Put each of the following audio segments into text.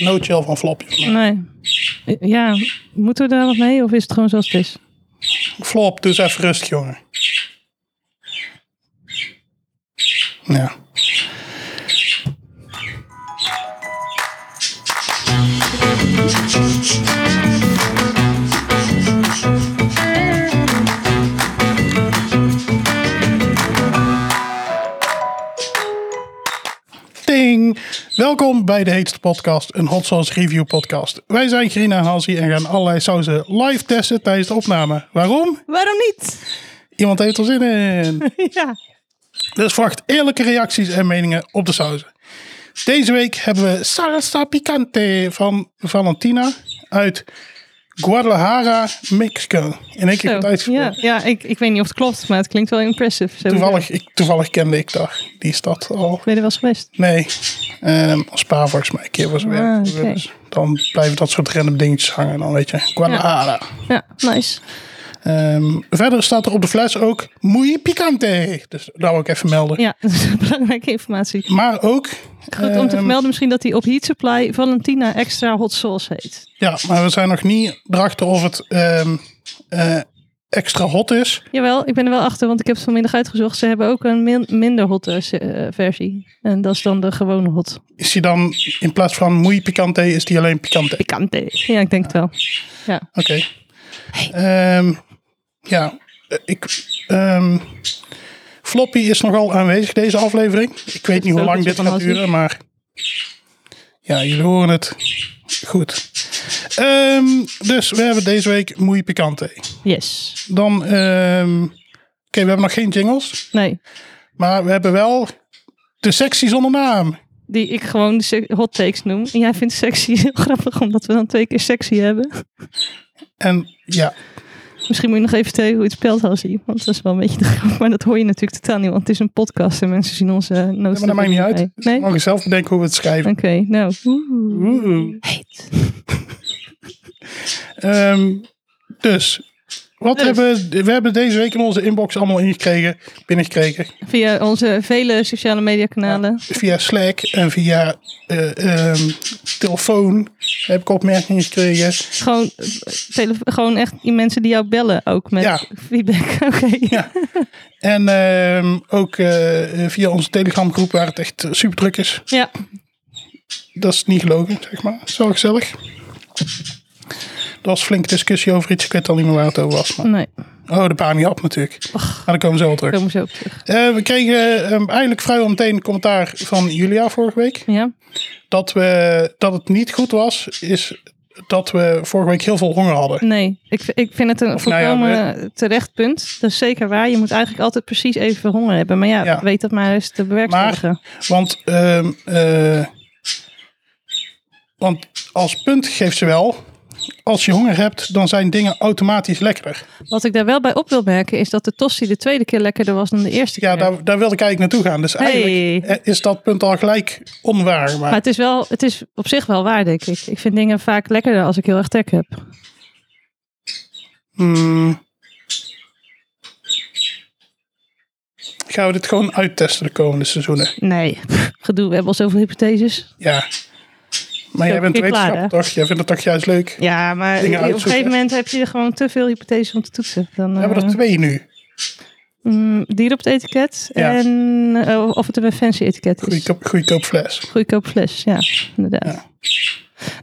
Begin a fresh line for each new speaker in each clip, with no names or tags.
No chill van flopjes. Maar
Nee. Ja, moeten we daar wat mee of is het gewoon zoals het is?
Flop, dus even rustig, jongen. Ja. Ding! Welkom bij de heetste podcast, een hot sauce review podcast. Wij zijn Grina en Hansi en gaan allerlei sauzen live testen tijdens de opname. Waarom?
Waarom niet?
Iemand heeft er zin in.
ja.
Dus verwacht eerlijke reacties en meningen op de sauzen. Deze week hebben we Salsa Picante van Valentina uit Guadalajara, Mexico. In één keer goed
Zo, ja,
uitgesproken.
ja ik, ik weet niet of het klopt, maar het klinkt wel impressive. Zo.
Toevallig, ik, toevallig kende ik daar, die stad al.
Ben je er wel eens geweest?
Nee, Ehm Spa volgens mij een keer was weer.
Ah, oké.
Dus dan blijven dat soort random dingetjes hangen. Dan weet je, Guadalajara.
Ja, nice.
Ehm, verder staat er op de fles ook Muy Picante. Dus daar wil ik even melden.
Ja, dat is belangrijke informatie.
Maar ook...
Goed om te
ehm,
vermelden misschien dat hij op Heat Supply Valentina Extra Hot Sauce heet.
Ja, maar we zijn nog niet erachter of het ehm, eh, extra hot is.
Jawel, ik ben er wel achter, want ik heb het vanmiddag uitgezocht. Ze hebben ook een min- minder hot eh, se- eh, versie. En dat is dan de gewone hot.
Is die dan in plaats van moei picante, is die alleen picante? Oké.
Pikante. Ja, ik denk het wel. Ja.
Ehm, ja, eh, ik... ehm, Floppy is nogal aanwezig deze aflevering. Ik weet niet hoe lang dit gaat duren, maar... Ja, jullie horen het. Goed. Ehm, dus we hebben deze week moei picante.
Yes.
Dan... ehm, Oké, we hebben nog geen jingles.
Nee,
Maar we hebben wel de sectie zonder naam.
die ik gewoon de se- hot takes noem. En jij vindt sexy heel grappig, omdat we dan twee keer sexy hebben.
En ja,
Misschien moet je nog even vertellen hoe je het spelt al zien. Want dat is wel een beetje de grap. Maar dat hoor je natuurlijk totaal niet, want het is een podcast en mensen zien onze eh, notes.
maar dat maakt niet uit.
Nee?
We
Oké,
mogen zelf bedenken hoe we het schrijven.
nou. Oeh.
Oeh.
Heet.
Ehm, dus, wat
Dus.
Hebben, we hebben deze week in onze inbox allemaal ingekregen, binnengekregen.
Via onze vele sociale media kanalen.
Via Slack en via eh, ehm, telefoon heb ik opmerkingen gekregen.
Gewoon, eh, tele- gewoon echt die mensen die jou bellen ook met
Ja.
feedback. Oké.
Ja. En ehm, ook eh, via onze telegramgroep waar het echt eh, super druk is.
ja.
Dat is niet gelogen, zeg maar. Het is wel gezellig. Er was flink discussie over iets. Ik weet al niet meer waar het over was. Maar...
Nee,
Oh, de Baniap natuurlijk. Maar daar komen we zo wel terug.
ik kom er zo op terug.
Eh, we kregen ehm, eigenlijk vrijwel meteen een commentaar van Julia vorige week.
Ja.
Dat, we, dat het niet goed was, is dat we vorige week heel veel honger hadden.
Nee, ik, v- ik vind het een
nou ja,
volkomen terecht punt. Dat is zeker waar. Je moet eigenlijk altijd precies even honger hebben. Maar ja,
Ja.
weet dat maar eens te bewerkstelligen.
Want, ehm, eh, want als punt geeft ze wel, als je honger hebt, dan zijn dingen automatisch lekkerder.
Wat ik daar wel bij op wil merken is dat de tosti de tweede keer lekkerder was dan de eerste
Ja,
keer.
daar, daar wilde ik eigenlijk naartoe gaan. Dus eigenlijk eh, is dat punt al gelijk onwaar. Maar
Maar het is, wel, het is op zich wel waar, denk ik. Ik vind dingen vaak lekkerder als ik heel erg trek heb.
Hmm. Gaan we dit gewoon uittesten de komende seizoenen?
Nee, gedoe. We hebben al zoveel hypotheses.
Ja. Maar jij
ook
bent
weer klaar,
wetenschapper, toch? Jij vindt het toch juist leuk?
Ja, maar
Dingen
op een
uitzoeken.
gegeven moment heb je er gewoon te veel hypotheses om te toetsen. Dan,
We hebben
eh,
er twee nu.
mm, dier op het etiket
Ja.
en eh, of het een fancy etiket is.
Goedkoop, goedkoop fles.
Goedkoop fles, ja, inderdaad.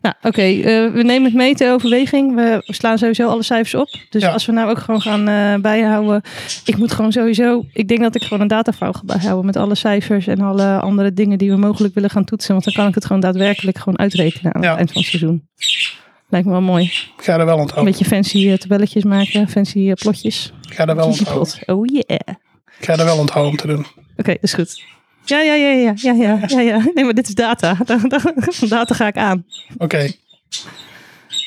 Nou, oké, eh, we nemen het mee ter overweging. We slaan sowieso alle cijfers op. Dus
Ja.
als we nou ook gewoon gaan eh, bijhouden. Ik moet gewoon sowieso. Ik denk dat ik gewoon een datafouw ga bijhouden met alle cijfers en alle andere dingen die we mogelijk willen gaan toetsen. Want dan kan ik het gewoon daadwerkelijk gewoon uitrekenen aan
Ja.
het eind van het seizoen. Lijkt me wel mooi.
Ga er wel
Een
onthouden.
beetje fancy eh, tabelletjes maken, fancy eh, plotjes.
Ga er wel onthouden.
Plot. Oh yeah.
Ga er wel onthouden om te doen.
Oké, dat is goed. Ja, ja, ja, ja, ja, ja, ja, ja. Nee, maar dit is data. Van data ga ik aan.
Oké.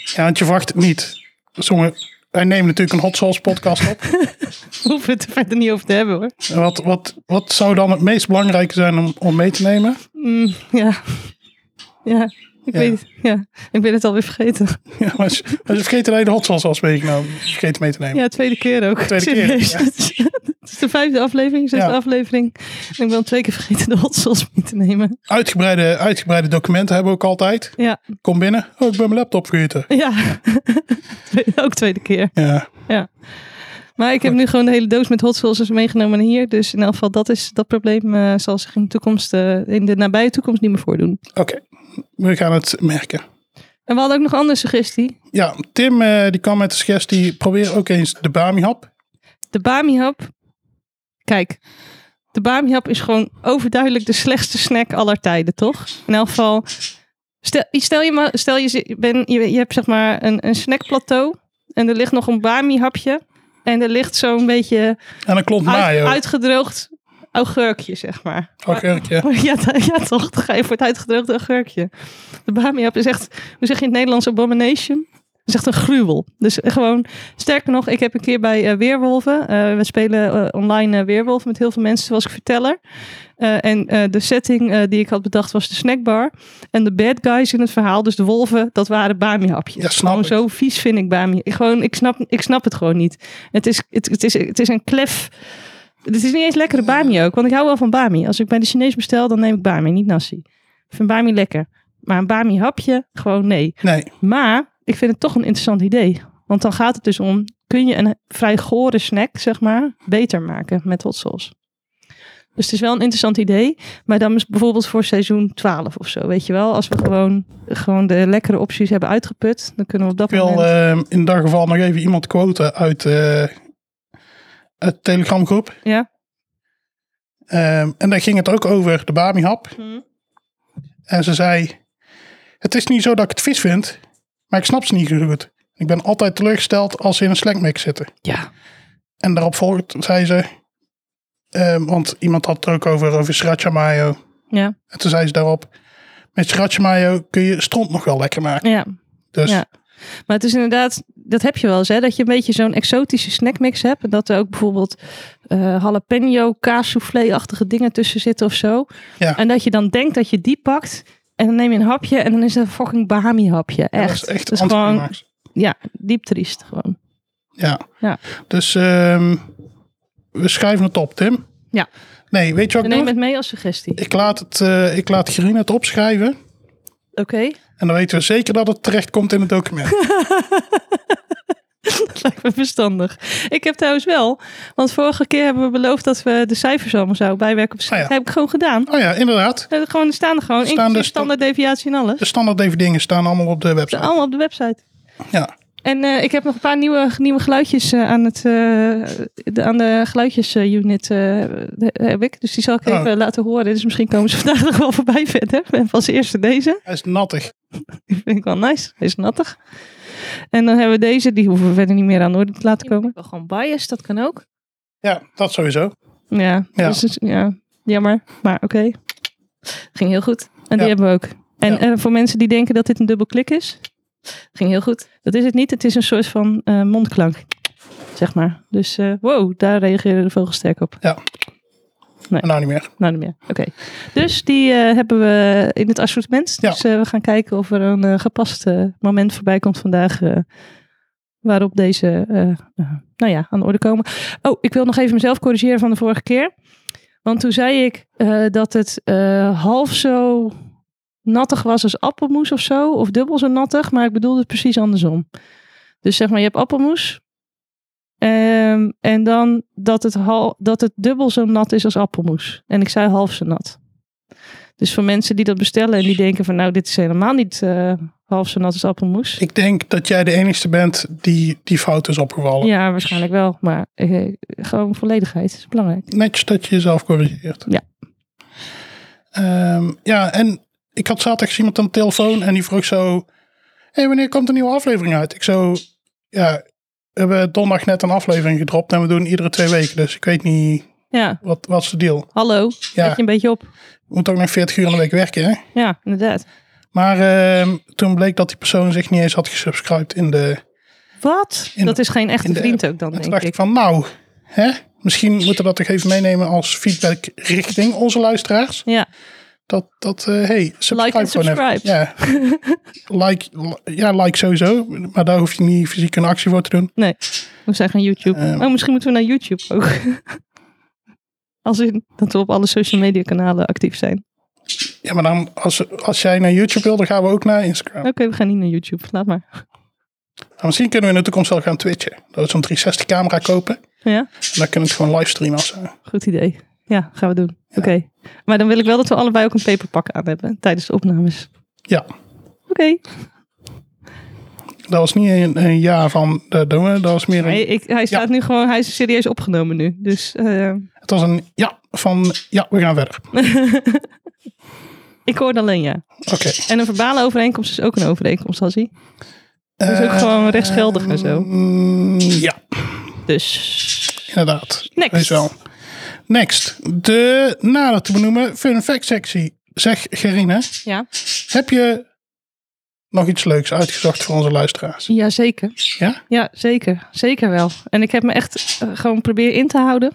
Ja, want je verwacht het niet. Sommige, wij nemen natuurlijk een hot sauce podcast op.
We hoeven het er verder niet over te hebben hoor.
En wat, wat, wat zou dan het meest belangrijke zijn om, om mee te nemen?
Mm, ja. ja. Ik weet het. Ja, ik ben het alweer vergeten.
Ja, maar ze, maar ze vergeten dat je de hot sauce was meegenomen. Vergeten mee te nemen.
Ja, tweede keer ook.
Tweede keer,
Serieus.
ja.
Het is de vijfde aflevering, zesde
Ja.
aflevering. En ik ben al twee keer vergeten de hot sauce mee te nemen.
Uitgebreide, uitgebreide documenten hebben we ook altijd.
Ja,
Kom binnen. Oh, ik ben mijn laptop vergeten.
ja. Tweede- ook tweede keer.
Ja,
Maar ik heb nu gewoon de hele doos met hot sauces meegenomen naar hier. Dus in elk geval, dat is dat probleem eh, zal zich in de toekomst, eh, in de nabije toekomst niet meer voordoen.
oké. We gaan het merken.
En we hadden ook nog een andere suggestie.
Ja, Tim eh, die kwam met de suggestie, probeer ook eens de Bami-hap.
De Bamihap. Kijk, de Bamihap is gewoon overduidelijk de slechtste snack aller tijden, toch? In elk geval, stel, stel je, maar, stel je, zi- je, ben, je, je hebt zeg maar een, een snackplateau en er ligt nog een Bamihapje. En er ligt zo'n beetje
En een klont
uit-
mayo.
uitgedroogd augurkje, zeg maar.
Augurkje.
Maar Ja, t- ja, toch? Dan ga je voor het uitgedroogde augurkje. De bamiap is echt, hoe zeg je in het Nederlands, abomination? Dat is echt een gruwel. Dus gewoon, sterker nog, ik heb een keer bij eh, Weerwolven, eh, we spelen eh, online eh, Weerwolven met heel veel mensen, zoals ik verteller. Eh, en eh, de setting eh, die ik had bedacht was de snackbar. En de bad guys in het verhaal, dus de wolven, dat waren bamiapjes.
Ja, snap
Gewoon
ik.
zo vies vind ik bami. Ik, gewoon, ik, snap, ik snap het gewoon niet. Het is, het, het is, het is een klef. Het is niet eens lekkere bami ook, want ik hou wel van bami. Als ik bij de Chinees bestel, dan neem ik bami, niet nasi. Ik vind bami lekker. Maar een bami hapje, gewoon nee.
Nee,
Maar ik vind het toch een interessant idee. Want dan gaat het dus om, kun je een vrij gore snack, zeg maar, beter maken met hot sauce. Dus het is wel een interessant idee. Maar dan is bijvoorbeeld voor seizoen 12 of zo. Weet je wel, als we gewoon, gewoon de lekkere opties hebben uitgeput, dan kunnen we op dat
ik wil
moment...
eh, in dat geval nog even iemand quoten uit eh, het telegramgroep.
ja?
Ehm, en daar ging het ook over de Bami-hap.
Mhm.
En ze zei, het is niet zo dat ik het vies vind, maar ik snap ze niet zo goed. Ik ben altijd teleurgesteld als ze in een slangmix zitten.
ja.
En daarop volgt, zei ze, ehm, want iemand had het ook over, over sriracha mayo.
Ja,
En toen zei ze daarop, met sriracha mayo kun je stront nog wel lekker maken.
ja.
Dus
Ja. Maar het is inderdaad, dat heb je wel eens, hè? Dat je een beetje zo'n exotische snackmix hebt. En dat er ook bijvoorbeeld eh jalapeno, kaassoufflé-achtige dingen tussen zitten of zo.
Ja.
En dat je dan denkt dat je die pakt. En dan neem je een hapje en dan is dat een fucking Bahami-hapje.
dat
Echt.
is echt
Dat is gewoon,
anticlimax.
ja, diep triest gewoon.
Ja.
Ja.
Dus ehm, we schuiven het op, Tim.
Ja.
Nee, weet je wat
En
ik
neem
doe?
het mee als suggestie.
Ik laat, het, eh, ik laat Gerine het opschrijven.
Oké?
En dan weten we zeker dat het terecht komt in het document.
Dat lijkt me verstandig. Ik heb trouwens wel, want vorige keer hebben we beloofd dat we de cijfers allemaal zouden bijwerken op schrift.
Ah ja.
Dat heb ik gewoon gedaan.
oh ja, inderdaad.
Eh, Gewoon staan er gewoon,
Staan dus
inclusief
de sta-
standaarddeviatie en alles.
De standaard even dingen staan allemaal op de
Ze
website.
allemaal op de website.
Ja.
En eh, ik heb nog een paar nieuwe, nieuwe geluidjes eh, aan, het, eh, de, aan de geluidjesunit eh, heb ik. Dus die zal ik
Oh.
even laten horen. Dus misschien komen ze vandaag nog wel voorbij verder. En als eerste deze.
Hij is nattig.
Die vind ik wel nice. Hij is nattig. En dan hebben we deze. Die hoeven we verder niet meer aan de orde te laten komen. Wel gewoon biased, dat kan ook.
Ja, dat sowieso.
Ja,
Ja.
Dus het- ja jammer. Maar oké. Ging heel goed. En die
Ja.
hebben we ook. En
Ja.
eh, voor mensen die denken dat dit een dubbelklik is. Ging heel goed. Dat is het niet. Het is een soort van eh, mondklank. Zeg maar. Dus eh, wow, daar reageren de vogels sterk op.
En nou niet meer.
Nou, niet meer. Oké. Dus die eh, hebben we in het assortiment.
Ja.
Dus eh, we gaan kijken of er een eh, gepast eh, moment voorbij komt vandaag. eh, waarop deze, eh, eh, nou ja, aan de orde komen. Oh, ik wil nog even mezelf corrigeren van de vorige keer. Want toen zei ik eh, dat het eh, half zo nattig was als appelmoes of zo. Of dubbel zo nattig. Maar ik bedoelde het precies andersom. Dus zeg maar, je hebt appelmoes. Ehm, en dan dat het, hal, dat het dubbel zo nat is als appelmoes. En ik zei half zo nat. Dus voor mensen die dat bestellen en die denken van nou, dit is helemaal niet eh, half zo nat als appelmoes.
Ik denk dat jij de enigste bent die die fout is opgevallen.
Ja, waarschijnlijk wel. Maar eh, gewoon volledigheid is belangrijk.
Netjes dat je jezelf corrigeert.
Ja.
Ehm, ja, en ik had zaterdag iemand aan de telefoon en die vroeg zo... Hé, wanneer komt een nieuwe aflevering uit? Ik zo... Ja, we hebben donderdag net een aflevering gedropt en we doen iedere twee weken. Dus ik weet niet
Ja,
wat, wat is de deal.
hallo.
Ja.
Zet je een beetje op.
We moeten ook nog 40 uur in de week werken, hè?
Ja, inderdaad.
Maar ehm, toen bleek dat die persoon zich niet eens had gesubscribed in de...
Wat?
In-
dat is geen echte
in de
vriend ook dan,
En toen
denk
dacht
ik.
ik van, nou, hè? Misschien moeten we dat toch even meenemen als feedback richting onze luisteraars.
Ja,
Dat, dat eh, hey, subscribe
Like en
gewoon even.
subscribe.
Ja. like, li- ja, like sowieso. Maar daar hoef je niet fysiek een actie voor te doen.
Nee, we zijn gaan YouTube.
Ehm.
oh, misschien moeten we naar YouTube ook. Als in dat we op alle social media kanalen actief zijn.
Ja, maar dan, als, als jij naar YouTube wil, dan gaan we ook naar Instagram.
Oké, we gaan niet naar YouTube. Laat maar.
Maar misschien kunnen we in de toekomst wel gaan twitchen. Dat we zo'n 360 camera kopen.
Ja,
En dan kunnen we het gewoon livestreamen als... eh,
goed idee. Ja, gaan we doen. Oké. Maar dan wil ik wel dat we allebei ook een paperpak aan hebben tijdens de opnames.
ja,
Oké.
dat was niet een, een ja van de domme. Dat was meer
Hij,
een...
ik, hij staat nu gewoon, hij is serieus opgenomen nu. Dus eh,
Het was een ja van... Ja, we gaan verder.
ik hoorde alleen ja.
Oké.
En een verbale overeenkomst is ook een overeenkomst, Hassie. Dat is ook
Eh,
gewoon rechtsgeldig en zo.
mm, Ja,
Dus
inderdaad.
Next.
Is wel. Next. De nader te benoemen fun fact sectie. Zeg Gerine,
ja.
heb je nog iets leuks uitgezocht voor onze luisteraars?
Ja, zeker.
Ja?
Ja, zeker. Zeker wel. En ik heb me echt eh, gewoon proberen in te houden.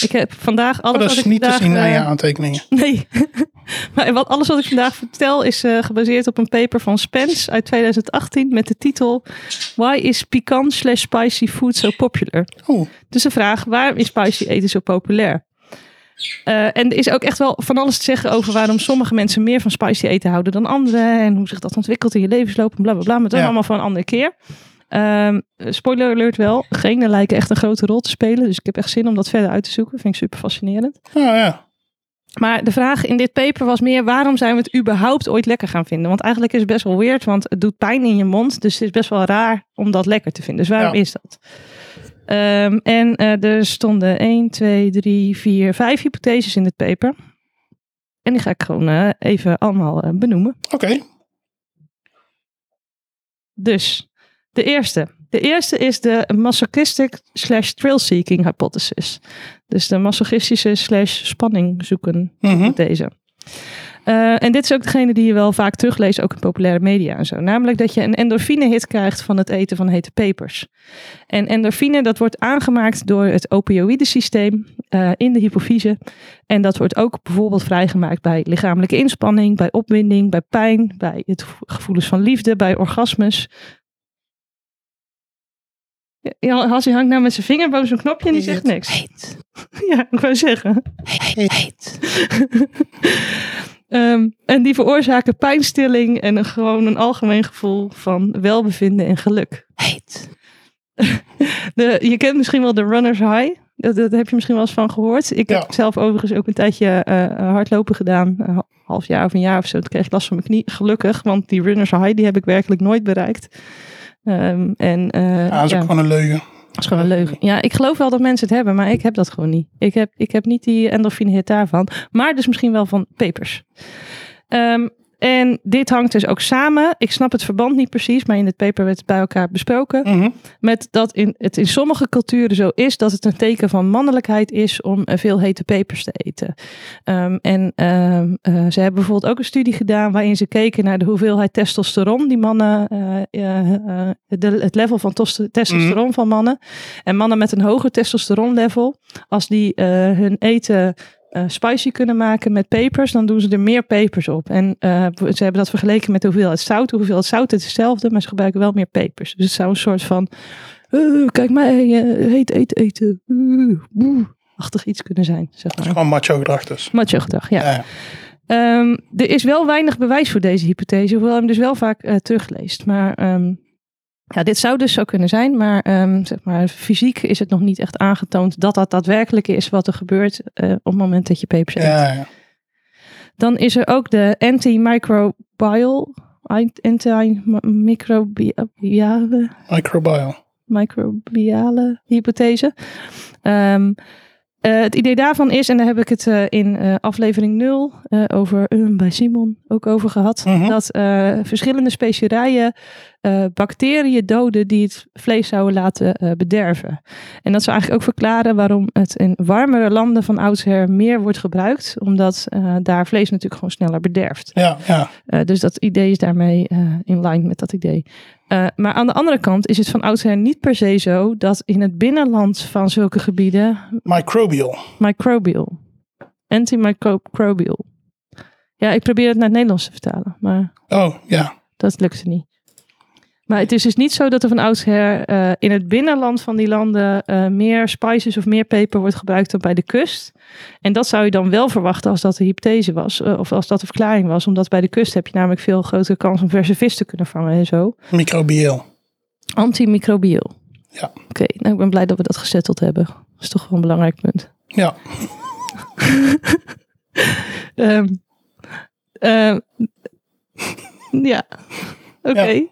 Ik heb vandaag alles
Oh, dat is
wat ik
niet te
vandaag,
zien aan
eh,
je aantekeningen.
Nee. maar wat, alles wat ik vandaag vertel is eh, gebaseerd op een paper van Spence uit 2018 met de titel Why is piquant slash spicy food so popular?
Oh,
Dus de vraag, waarom is spicy eten zo populair? Eh, en er is ook echt wel van alles te zeggen over waarom sommige mensen meer van spicy eten houden dan anderen. En hoe zich dat ontwikkelt in je levensloop en bla bla bla. Maar dat
Ja.
allemaal voor een andere keer. Ehm, spoiler alert wel, genen lijken echt een grote rol te spelen. Dus ik heb echt zin om dat verder uit te zoeken. Vind ik super fascinerend.
ah, ja.
Maar de vraag in dit paper was meer: waarom zijn we het überhaupt ooit lekker gaan vinden? Want eigenlijk is het best wel weird, want het doet pijn in je mond. Dus het is best wel raar om dat lekker te vinden. Dus waarom
Ja.
is dat? Ehm, en eh, er stonden 1, 2, 3, 4, 5 hypotheses in dit paper. En die ga ik gewoon eh, even allemaal eh, benoemen.
Oké.
Dus de eerste. De eerste is de masochistic slash thrill seeking hypothesis. Dus de masochistische slash spanning zoeken
Mhm.
met deze. Eh, en dit is ook degene die je wel vaak terugleest, ook in populaire media en zo. Namelijk dat je een endorfine-hit krijgt van het eten van hete pepers. En endorfine, dat wordt aangemaakt door het opioïdesysteem eh, in de hypofyse. En dat wordt ook bijvoorbeeld vrijgemaakt bij lichamelijke inspanning, bij opwinding, bij pijn, bij het gevo- gevoelens van liefde, bij orgasmes. Ja, Ja, Hassie hangt nou met zijn vinger boven zijn knopje en die zegt niks. Ja, ik wou zeggen. Ehm, en die veroorzaken pijnstilling en een, gewoon een algemeen gevoel van welbevinden en geluk. De, je kent misschien wel de runner's high. Dat, dat heb je misschien wel eens van gehoord. Ik
Ja.
heb zelf overigens ook een tijdje eh, hardlopen gedaan. Een ha- half jaar of een jaar of zo. Toen kreeg ik last van mijn knie. Gelukkig, want die runner's high die heb ik werkelijk nooit bereikt. Ehm, en, eh,
Ja, dat is ook
ja.
gewoon een leugen.
Dat is gewoon een leugen. Ja, ik geloof wel dat mensen het hebben, maar ik heb dat gewoon niet. Ik heb, ik heb niet die endorfine hit daarvan. Maar dus misschien wel van pepers. Ehm, en dit hangt dus ook samen. Ik snap het verband niet precies, maar in het paper werd het bij elkaar besproken.
Mhm.
Met dat in, het in sommige culturen zo is dat het een teken van mannelijkheid is om eh, veel hete pepers te eten. Ehm, en ehm, eh, ze hebben bijvoorbeeld ook een studie gedaan waarin ze keken naar de hoeveelheid testosteron die mannen, eh, eh, eh, de, het level van tos- testosteron van mannen. En mannen met een hoger testosteronlevel, als die eh, hun eten eh, spicy kunnen maken met pepers, dan doen ze er meer pepers op. En eh, ze hebben dat vergeleken met de hoeveelheid zout. De hoeveelheid zout is hetzelfde, maar ze gebruiken wel meer pepers. Dus het zou een soort van, "Eh, kijk mij, eh, heet eten, eten, eh, boe," achtig iets kunnen zijn, zeg maar.
Gewoon macho gedrag dus.
Macho gedrag, ja.
Ja. ja.
Ehm, er is wel weinig bewijs voor deze hypothese, hoewel je hem dus wel vaak eh, terugleest. Maar ehm, ja, dit zou dus zo kunnen zijn, maar, ehm, zeg maar fysiek is het nog niet echt aangetoond dat dat daadwerkelijk is wat er gebeurt eh, op het moment dat je pepers eet.
ja, ja.
Dan is er ook de antimicrobial, antimicrobiale
Microbial.
microbiale hypothese. Ehm, eh, het idee daarvan is, en daar heb ik het eh, in eh, aflevering 0 eh, over eh, bij Simon ook over gehad,
Mhm.
dat eh, verschillende specerijen eh, bacteriën doden die het vlees zouden laten eh, bederven. En dat zou eigenlijk ook verklaren waarom het in warmere landen van oudsher meer wordt gebruikt, omdat eh, daar vlees natuurlijk gewoon sneller bederft.
Ja, ja.
Eh, dus dat idee is daarmee eh, in lijn met dat idee. Eh, maar aan de andere kant is het van oudsher niet per se zo dat in het binnenland van zulke gebieden
Microbial.
microbial, antimicrobial Ja, ik probeer het naar het Nederlands te vertalen, maar
Oh, ja.
dat lukte niet. Maar het is dus niet zo dat er van oudsher eh, in het binnenland van die landen eh, meer spices of meer peper wordt gebruikt dan bij de kust. En dat zou je dan wel verwachten als dat de hypothese was, eh, of als dat de verklaring was. Omdat bij de kust heb je namelijk veel grotere kans om verse vis te kunnen vangen en zo.
Microbieel.
Antimicrobieel.
Ja.
Oké, nou ik ben blij dat we dat gezetteld hebben. Dat is toch wel een belangrijk punt.
Ja.
Ehm, ehm, ja, oké. Ik,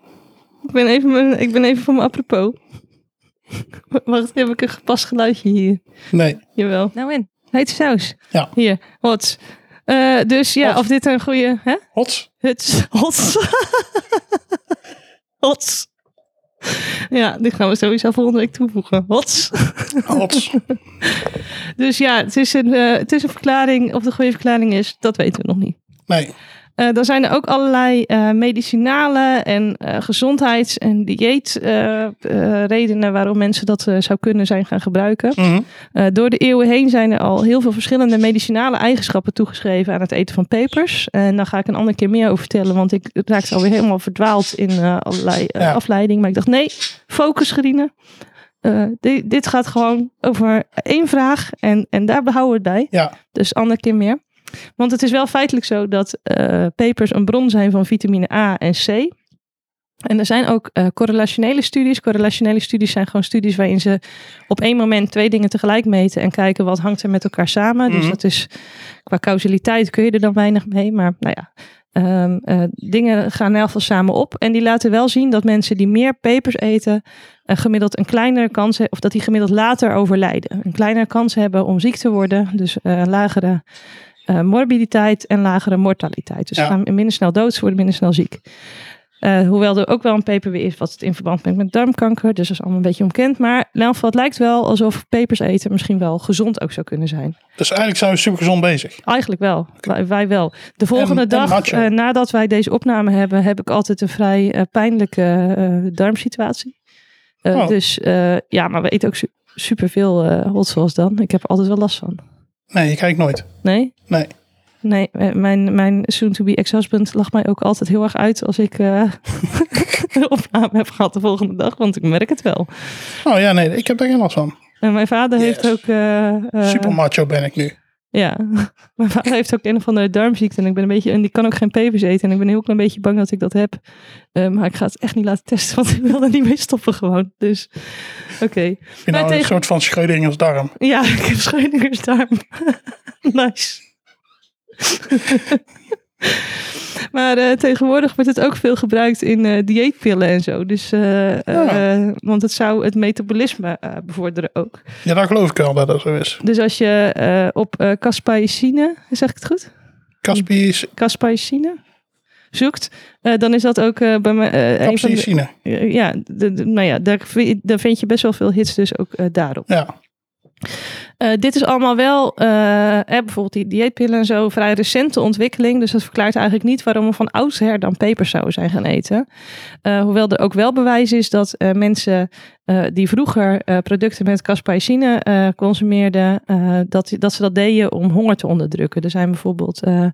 ben even mijn- ik ben even van mijn apropos. Wacht, heb ik een gepast geluidje hier?
Nee.
Jawel. Nou in, heet saus.
Ja.
Hier, hots. Eh, dus ja,
Hots.
of dit een goede... Hè?
Hots.
Huts. Hots. Hots. Ja, die gaan we sowieso volgende week toevoegen. Hots.
Hots.
Dus ja, het is een, eh, het is een verklaring. Of de goede verklaring is, dat weten we nog niet.
Nee.
Eh, dan zijn er ook allerlei eh, medicinale en eh, gezondheids- en dieetredenen redenen waarom mensen dat eh, zou kunnen zijn gaan gebruiken.
Mhm.
Eh, door de eeuwen heen zijn er al heel veel verschillende medicinale eigenschappen toegeschreven aan het eten van pepers. En daar ga ik een andere keer meer over vertellen, want ik raakte alweer helemaal verdwaald in eh, allerlei eh,
Ja.
afleiding. Maar ik dacht, nee, focus Gerine. Eh, di- dit gaat gewoon over één vraag en, en daar behouden we het bij.
Ja.
Dus andere keer meer. Want het is wel feitelijk zo dat eh, pepers een bron zijn van vitamine A en C. En er zijn ook eh, correlationele studies. Correlationele studies zijn gewoon studies waarin ze op één moment twee dingen tegelijk meten en kijken wat hangt er met elkaar samen. Dus
Mhm.
dat is qua causaliteit kun je er dan weinig mee. Maar nou ja, ehm, eh, dingen gaan in elk geval samen op. En die laten wel zien dat mensen die meer pepers eten, eh, gemiddeld een kleinere kans hebben, of dat die gemiddeld later overlijden. Een kleinere kans hebben om ziek te worden. Dus eh, een lagere eh, morbiditeit en lagere mortaliteit. Dus ze
Ja.
gaan minder snel dood, ze worden minder snel ziek. Eh, hoewel er ook wel een paper weer is wat het in verband brengt met darmkanker. Dus dat is allemaal een beetje onbekend. Maar in elk geval, het lijkt wel alsof pepers eten misschien wel gezond ook zou kunnen zijn.
Dus eigenlijk zijn we super gezond bezig.
Eigenlijk wel. Wij, wij wel. De volgende
en
dag
nacho.
eh, nadat wij deze opname hebben, heb ik altijd een vrij eh, pijnlijke eh, darmsituatie. Eh,
Oh.
Dus eh, ja, maar we eten ook su- superveel eh hot zoals dan. Ik heb er altijd wel last van.
Nee, je kijkt nooit.
Nee?
Nee.
Nee, eh, mijn, mijn soon-to-be ex-husband lacht mij ook altijd heel erg uit als ik eh een opname heb gehad de volgende dag, want ik merk het wel.
Oh ja, nee. Ik heb daar geen last van.
En mijn vader
Yes.
heeft ook... eh, eh,
Super macho ben ik nu.
Ja, mijn vader heeft ook een of andere darmziekte en ik ben een beetje en die kan ook geen pepers eten en ik ben een heel klein beetje bang dat ik dat heb. Eh, maar ik ga het echt niet laten testen, want ik wil er niet mee stoppen gewoon. Dus oké.
Ik vind
Maar
nou een
tegen-
soort van Schrödinger's darm.
Ja, ik heb Schrodinger's darm. nice. maar eh, tegenwoordig wordt het ook veel gebruikt in eh, dieetpillen en zo. Dus, eh, eh, want het zou het metabolisme eh, bevorderen ook.
Ja, daar geloof ik wel dat dat zo is.
Dus als je eh, op eh caspaicine, zeg ik het goed?
Caspisch,
Caspaicine zoekt, eh, dan is dat ook eh, bij mij eh, een van de,
capsaicine.
eh, ja, de- de- nou ja, daar, vi- daar vind je best wel veel hits dus ook eh, daarop.
Ja.
Eh, dit is allemaal wel, eh, eh, bijvoorbeeld die dieetpillen en zo, vrij recente ontwikkeling. Dus dat verklaart eigenlijk niet waarom we van oudsher dan pepers zouden zijn gaan eten. Eh, hoewel er ook wel bewijs is dat eh, mensen eh, die vroeger eh, producten met caspaicine eh, consumeerden, eh, dat, dat ze dat deden om honger te onderdrukken. Er zijn bijvoorbeeld eh,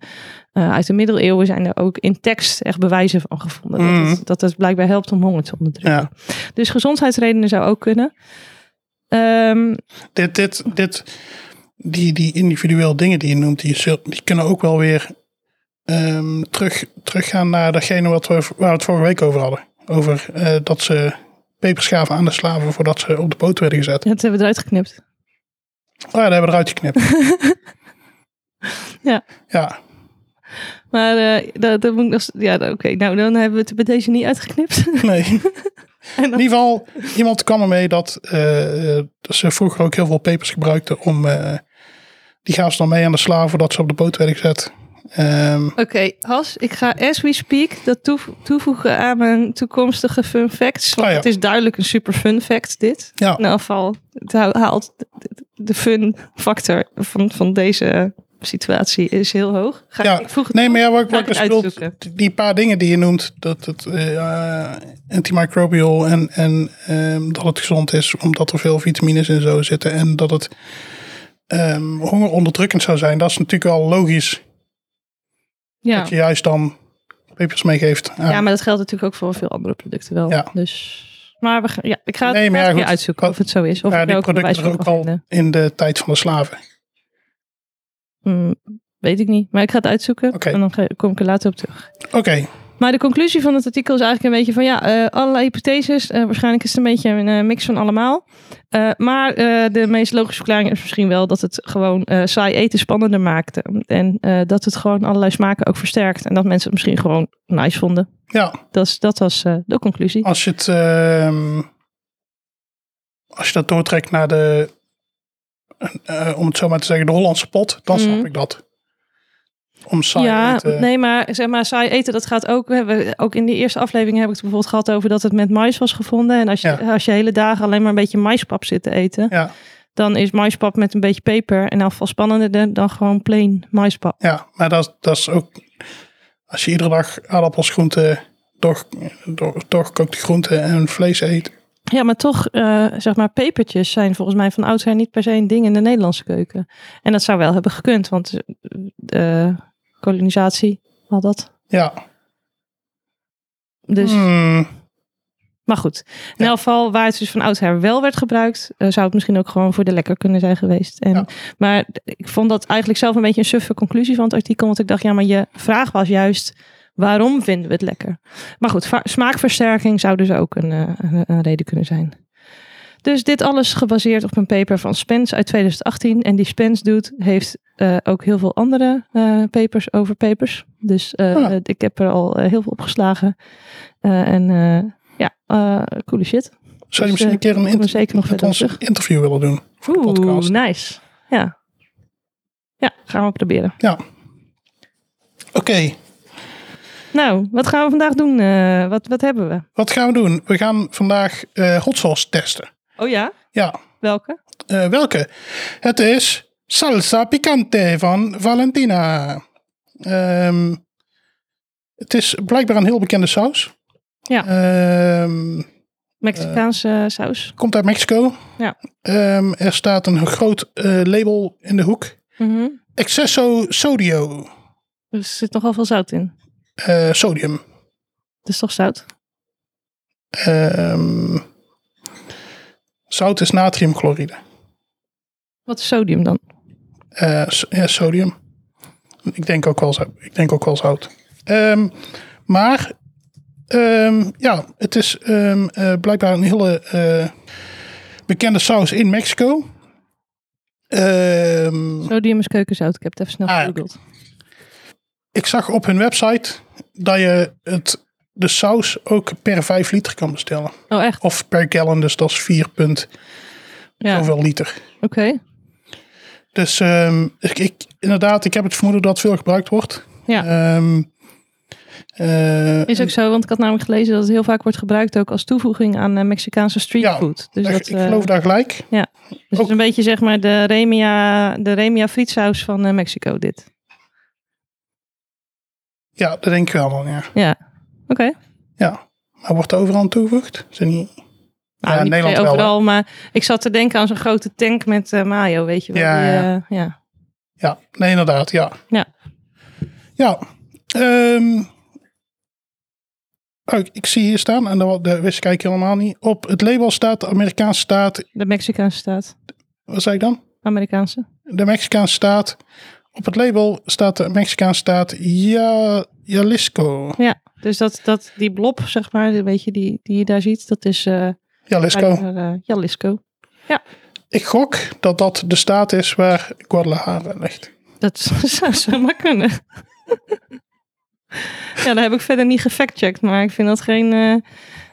eh, uit de middeleeuwen zijn er ook in tekst echt bewijzen van gevonden. Dat,
Mhm.
het, dat het blijkbaar helpt om honger te onderdrukken.
Ja.
Dus gezondheidsredenen zou ook kunnen. Ehm,
Dit, dit, dit, die, die individueel dingen die je noemt, die, zul- die kunnen ook wel weer ehm, terug, teruggaan naar datgene wat we, waar we het vorige week over hadden. Over eh, dat ze pepers gaven aan de slaven voordat ze op de boot werden gezet.
ja, dat hebben we eruit geknipt.
Oh ja, daar hebben we eruit geknipt.
Ja.
Ja,
Maar eh, dat, dat moet ik nog. s- Ja, oké. Nou, dan hebben we het bij deze niet uitgeknipt.
nee. In
En
ieder
dan-
geval, iemand kwam ermee dat eh, eh, dat ze vroeger ook heel veel pepers gebruikten om... eh, die gaven ze dan mee aan de slaven voordat ze op de boot werden gezet. Ehm,
oké, Has, ik ga as we speak dat toe- toevoegen aan mijn toekomstige fun facts. Want
Oh ja.
het is duidelijk een super fun fact, dit.
ja,
In elk geval, het hou- haalt de- de fun factor van, van deze situatie is heel hoog. Ga
Ja,
ik vroeg het
nee, maar ja, wat,
Ga
wat
ik
ik dus
het
bedoel,
uitzoeken.
die- die paar dingen die je noemt, dat het eh, eh, antimicrobial en, en ehm, dat het gezond is, omdat er veel vitamines en zo zitten en dat het ehm, hongeronerdrukkend zou zijn, dat is natuurlijk wel logisch.
Ja.
Dat je juist dan papers meegeeft. aan-
ja, maar dat geldt natuurlijk ook voor veel andere producten wel.
Ja.
Dus, maar we, gaan- ja, ik ga het
Nee, maar ja,
graag weer
goed.
uitzoeken of het zo is. Of
ja,
ik er
die
ook een
producten
bewijs
zijn
voor
ook
kan
al
vinden.
in de tijd van de slaven.
Hmm, weet ik niet, maar ik ga het uitzoeken.
Oké.
En dan ge- kom ik er later op terug.
Oké,
Maar de conclusie van het artikel is eigenlijk een beetje van ja, eh, allerlei hypotheses. eh, waarschijnlijk is het een beetje een eh, mix van allemaal. Eh, maar eh, de meest logische verklaring is misschien wel dat het gewoon eh, saai eten spannender maakte. En eh, dat het gewoon allerlei smaken ook versterkt. En dat mensen het misschien gewoon nice vonden.
ja.
Dat, is, dat was eh, de conclusie.
Als je het... ehm, als je dat doortrekt naar de... eh, om het zo maar te zeggen, de Hollandse pot. Dan snap
Mhm.
ik dat. Om saai eh,
ja,
eten-
nee, maar zeg maar, saai eten, dat gaat ook. We hebben, ook in die eerste aflevering heb ik het bijvoorbeeld gehad over dat het met mais was gevonden. En als je, als je hele dagen alleen maar een beetje maispap zit te eten,
Ja.
dan is maispap met een beetje peper en afval spannender dan- dan gewoon plain maispap.
Ja, maar dat, dat is ook. Als je iedere dag aardappels, groenten, door, door, doorgekookte groenten en vlees eet.
Ja, maar toch, eh, zeg maar, pepertjes zijn volgens mij van oudsher niet per se een ding in de Nederlandse keuken. En dat zou wel hebben gekund, want eh, eh, kolonisatie, al dat.
Ja.
Dus
Hmm,
Maar goed, in
Ja.
elk geval waar het dus van oudsher wel werd gebruikt, eh, zou het misschien ook gewoon voor de lekker kunnen zijn geweest. En,
Ja.
Maar ik vond dat eigenlijk zelf een beetje een suffe conclusie van het artikel, want ik dacht, ja, maar je vraag was juist, waarom vinden we het lekker? Maar goed, va- smaakversterking zou dus ook een, eh, een, een reden kunnen zijn. Dus dit alles gebaseerd op een paper van Spence uit 2018. En die Spence doet, heeft eh, ook heel veel andere eh, papers over papers. Dus eh,
Ah.
eh, ik heb er al eh, heel veel opgeslagen. Eh, en eh, ja, eh, coole shit.
zou je
Dus,
misschien
eh,
een keer een
Kom er
inter-
zeker nog
met
verder op
ons
terug.
een interview willen doen? Voor de
Oeh,
podcast.
nice. Ja. Ja, gaan we proberen.
Ja. Oké,
Nou, wat gaan we vandaag doen? Eh, wat, wat hebben we?
wat gaan we doen? We gaan vandaag eh, hot sauce testen.
Oh ja?
Ja,
Welke?
eh, welke? Het is salsa picante van Valentina. Ehm, het is blijkbaar een heel bekende saus.
Ja.
Ehm,
Mexicaanse eh, saus.
Komt uit Mexico.
Ja.
Ehm, er staat een groot eh, label in de hoek.
Mhm.
Excesso sodio.
Er zit nogal veel zout in.
Eh, sodium.
Het is toch zout?
Ehm, zout is natriumchloride.
Wat is sodium dan?
Eh, s- ja, sodium. Ik denk ook wel, zo- ik denk ook wel zout. Ehm, maar ehm, ja, het is ehm, eh, blijkbaar een hele eh, bekende saus in Mexico. Ehm,
Sodium is keukenzout. Ik heb het even snel
Ah, ja.
gegoogeld.
Ik zag op hun website dat je het, de saus ook per 5 liter kan bestellen.
Oh, echt?
Of per gallon, dus dat is 4 punt
Ja. Oké.
zoveel liter. Dus ehm, ik, ik- inderdaad, ik heb het vermoeden dat het veel gebruikt wordt.
Ja.
Ehm, eh,
Is ook zo, want ik had namelijk gelezen dat het heel vaak wordt gebruikt ook als toevoeging aan eh, Mexicaanse
Ja,
streetfood. dus
ik-
dat,
ik
eh,
geloof daar gelijk.
dus het is een beetje zeg maar de Remia, de Remia frietsaus van eh, Mexico dit.
Ja, dat denk ik wel dan, ja.
Ja, oké.
ja. Maar wordt er overal aan toegevoegd? Is er niet...
Nou,
Ja,
niet per se
Nederland wel,
overal, maar ik zat te denken aan zo'n grote tank met eh, mayo, weet je wel.
Ja,
die,
ja.
eh, ja.
Ja, nee, inderdaad, ja.
Ja.
Ja. ehm, oh, ik- ik zie hier staan, en dat, dat wist ik eigenlijk helemaal niet. Op het label staat de Amerikaanse staat,
De Mexicaanse staat.
wat zei ik dan?
Amerikaanse.
De Mexicaanse staat. Op het label staat de Mexicaanse staat ja, Jalisco.
Ja, dus dat, dat, die blob, zeg maar, weet je, die, die je daar ziet, dat is eh
Jalisco.
blijkbaar, eh, Jalisco.
Ik gok dat dat de staat is waar Guadalajara ligt.
Dat zou zomaar kunnen. ja, daar heb ik verder niet gefactcheckt, maar ik vind dat geen... eh,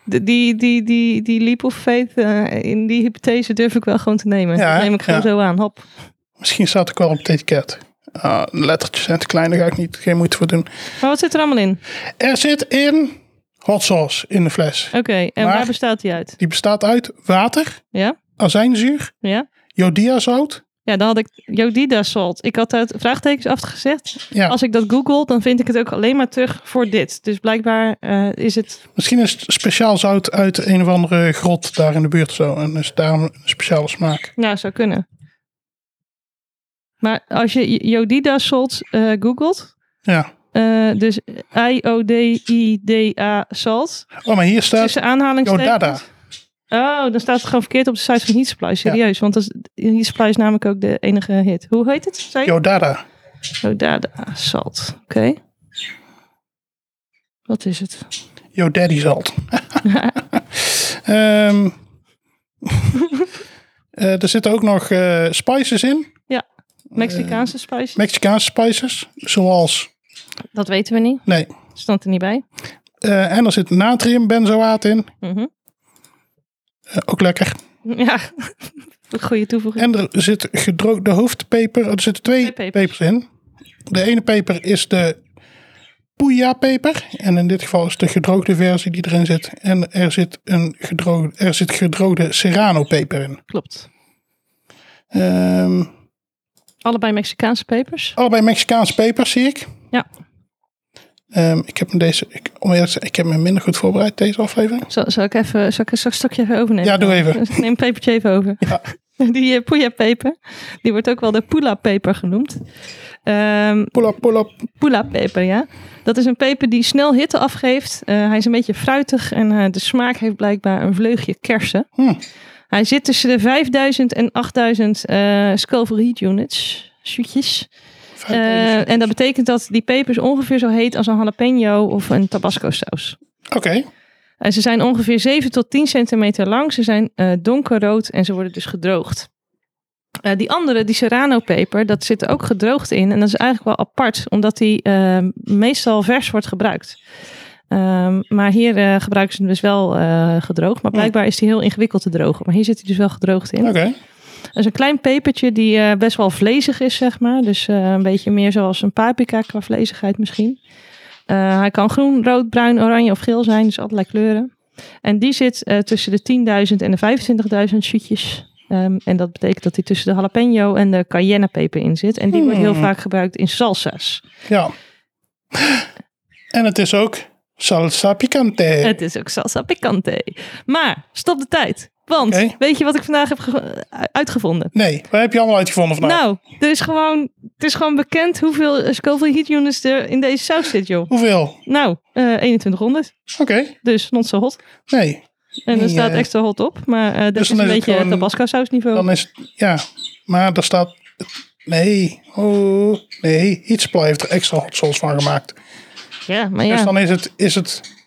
d- die, die, die, die leap of faith, eh, in die hypothese durf ik wel gewoon te nemen.
Ja,
dat neem ik gewoon
ja.
zo aan, hop.
Misschien staat ook wel op het etiket. Ah, de lettertjes zijn te klein, daar ga ik niet, geen moeite voor doen.
Maar wat zit er allemaal in?
Er zit in hot sauce in de fles.
Oké, en
Maar-
waar bestaat die uit?
Die bestaat uit water,
Ja?
azijnzuur,
Ja?
jodiazout.
Ja, dan had ik Jodida salt. Ik had uit vraagtekens afgezet.
Ja,
Als ik dat google, dan vind ik het ook alleen maar terug voor dit. Dus blijkbaar eh, is het...
misschien is het speciaal zout uit een of andere grot daar in de buurt zo. En is daarom een speciale smaak.
Nou, zou kunnen. Maar als je Jodida salt eh googelt,
Ja,
Eh, dus I-O-D-I-D-A salt.
Oh, maar hier staat
Tussen aanhalingstekens.
Yodada.
Oh, dan staat het gewoon verkeerd op de site van Heat Supply. Serieus, want dat is, Heat Supply is namelijk ook de enige hit. Hoe heet het? Zei je?
Yodada.
Yodada salt. Oké. Wat is het?
Yo daddy zalt. Ehm, eh, er zitten ook nog eh, spices in.
Ja,
Eh,
Mexicaanse spice.
Mexicaanse spices. Zoals,
dat weten we niet.
nee.
Stond er niet bij.
Eh, en er zit natriumbenzoaat in.
Mhm.
Eh, ook lekker.
Ja, goede toevoeging.
En er zit gedroogde hoofdpeper. Er zitten twee,
Twee pepers.
pepers in. De ene peper is de puya-peper. En in dit geval is de gedroogde versie die erin zit. En er zit, een gedroogde, er zit gedroogde serrano-peper in.
Klopt.
Ehm,
Allebei Mexicaanse pepers.
allebei Mexicaanse pepers, zie ik.
Ja.
Ehm, ik, heb me deze, ik, om eerlijk te zijn, ik heb me minder goed voorbereid deze aflevering.
Zal, zal ik even, zal ik een stokje even overnemen?
Ja, doe even.
Ik neem een pepertje even over.
Ja.
Die eh poeja-peper, die wordt ook wel de pula-peper genoemd. Ehm
Pull up, pull up.
pula-peper, ja. Dat is een peper die snel hitte afgeeft. Eh, hij is een beetje fruitig en eh, de smaak heeft blijkbaar een vleugje kersen.
Hm.
Hij zit tussen de 5000 en 8000 eh Scoville heat units, shootjes.
dus
Eh, en dat betekent dat die peper is ongeveer zo heet als een jalapeno of een tabasco saus.
Oké.
En ze zijn ongeveer 7 tot 10 centimeter lang. Ze zijn eh, donkerrood en ze worden dus gedroogd. Eh, die andere, die serrano peper, dat zit er ook gedroogd in. En dat is eigenlijk wel apart, omdat die eh, meestal vers wordt gebruikt. Ehm, maar hier eh, gebruiken ze hem dus wel eh, gedroogd. Maar blijkbaar is die heel ingewikkeld te drogen. Maar hier zit hij dus wel gedroogd in.
Oké.
Dat is een klein pepertje die eh, best wel vlezig is, zeg maar. Dus eh, een beetje meer zoals een paprika qua vlezigheid misschien. Eh, hij kan groen, rood, bruin, oranje of geel zijn. Dus allerlei kleuren. En die zit eh, tussen de 10.000 en de 25.000 shootjes. Ehm, en dat betekent dat hij tussen de jalapeno en de cayennepeper in zit. En die wordt heel
Hmm.
vaak gebruikt in salsa's.
Ja. En het is ook salsa picante.
Het is ook salsa picante. Maar stop de tijd. Want
Oké.
weet je wat ik vandaag heb ge- uitgevonden?
Nee, waar heb je allemaal uitgevonden vandaag?
Nou, er is gewoon, het is gewoon bekend hoeveel eh, Scoville heat units er in deze saus zit, joh.
Hoeveel?
Nou, eh 2100.
Oké.
Dus not zo hot.
Nee.
En
Nee,
er staat
eh,
extra hot op. Maar eh dat
dus
is
dan
een
is het
beetje
gewoon-
tabasco saus niveau.
Dan is het, ja. Maar er staat, nee. Oh, nee. Iets heeft er extra hot sauce van gemaakt.
ja, maar
Dus
ja.
dan is het, is het,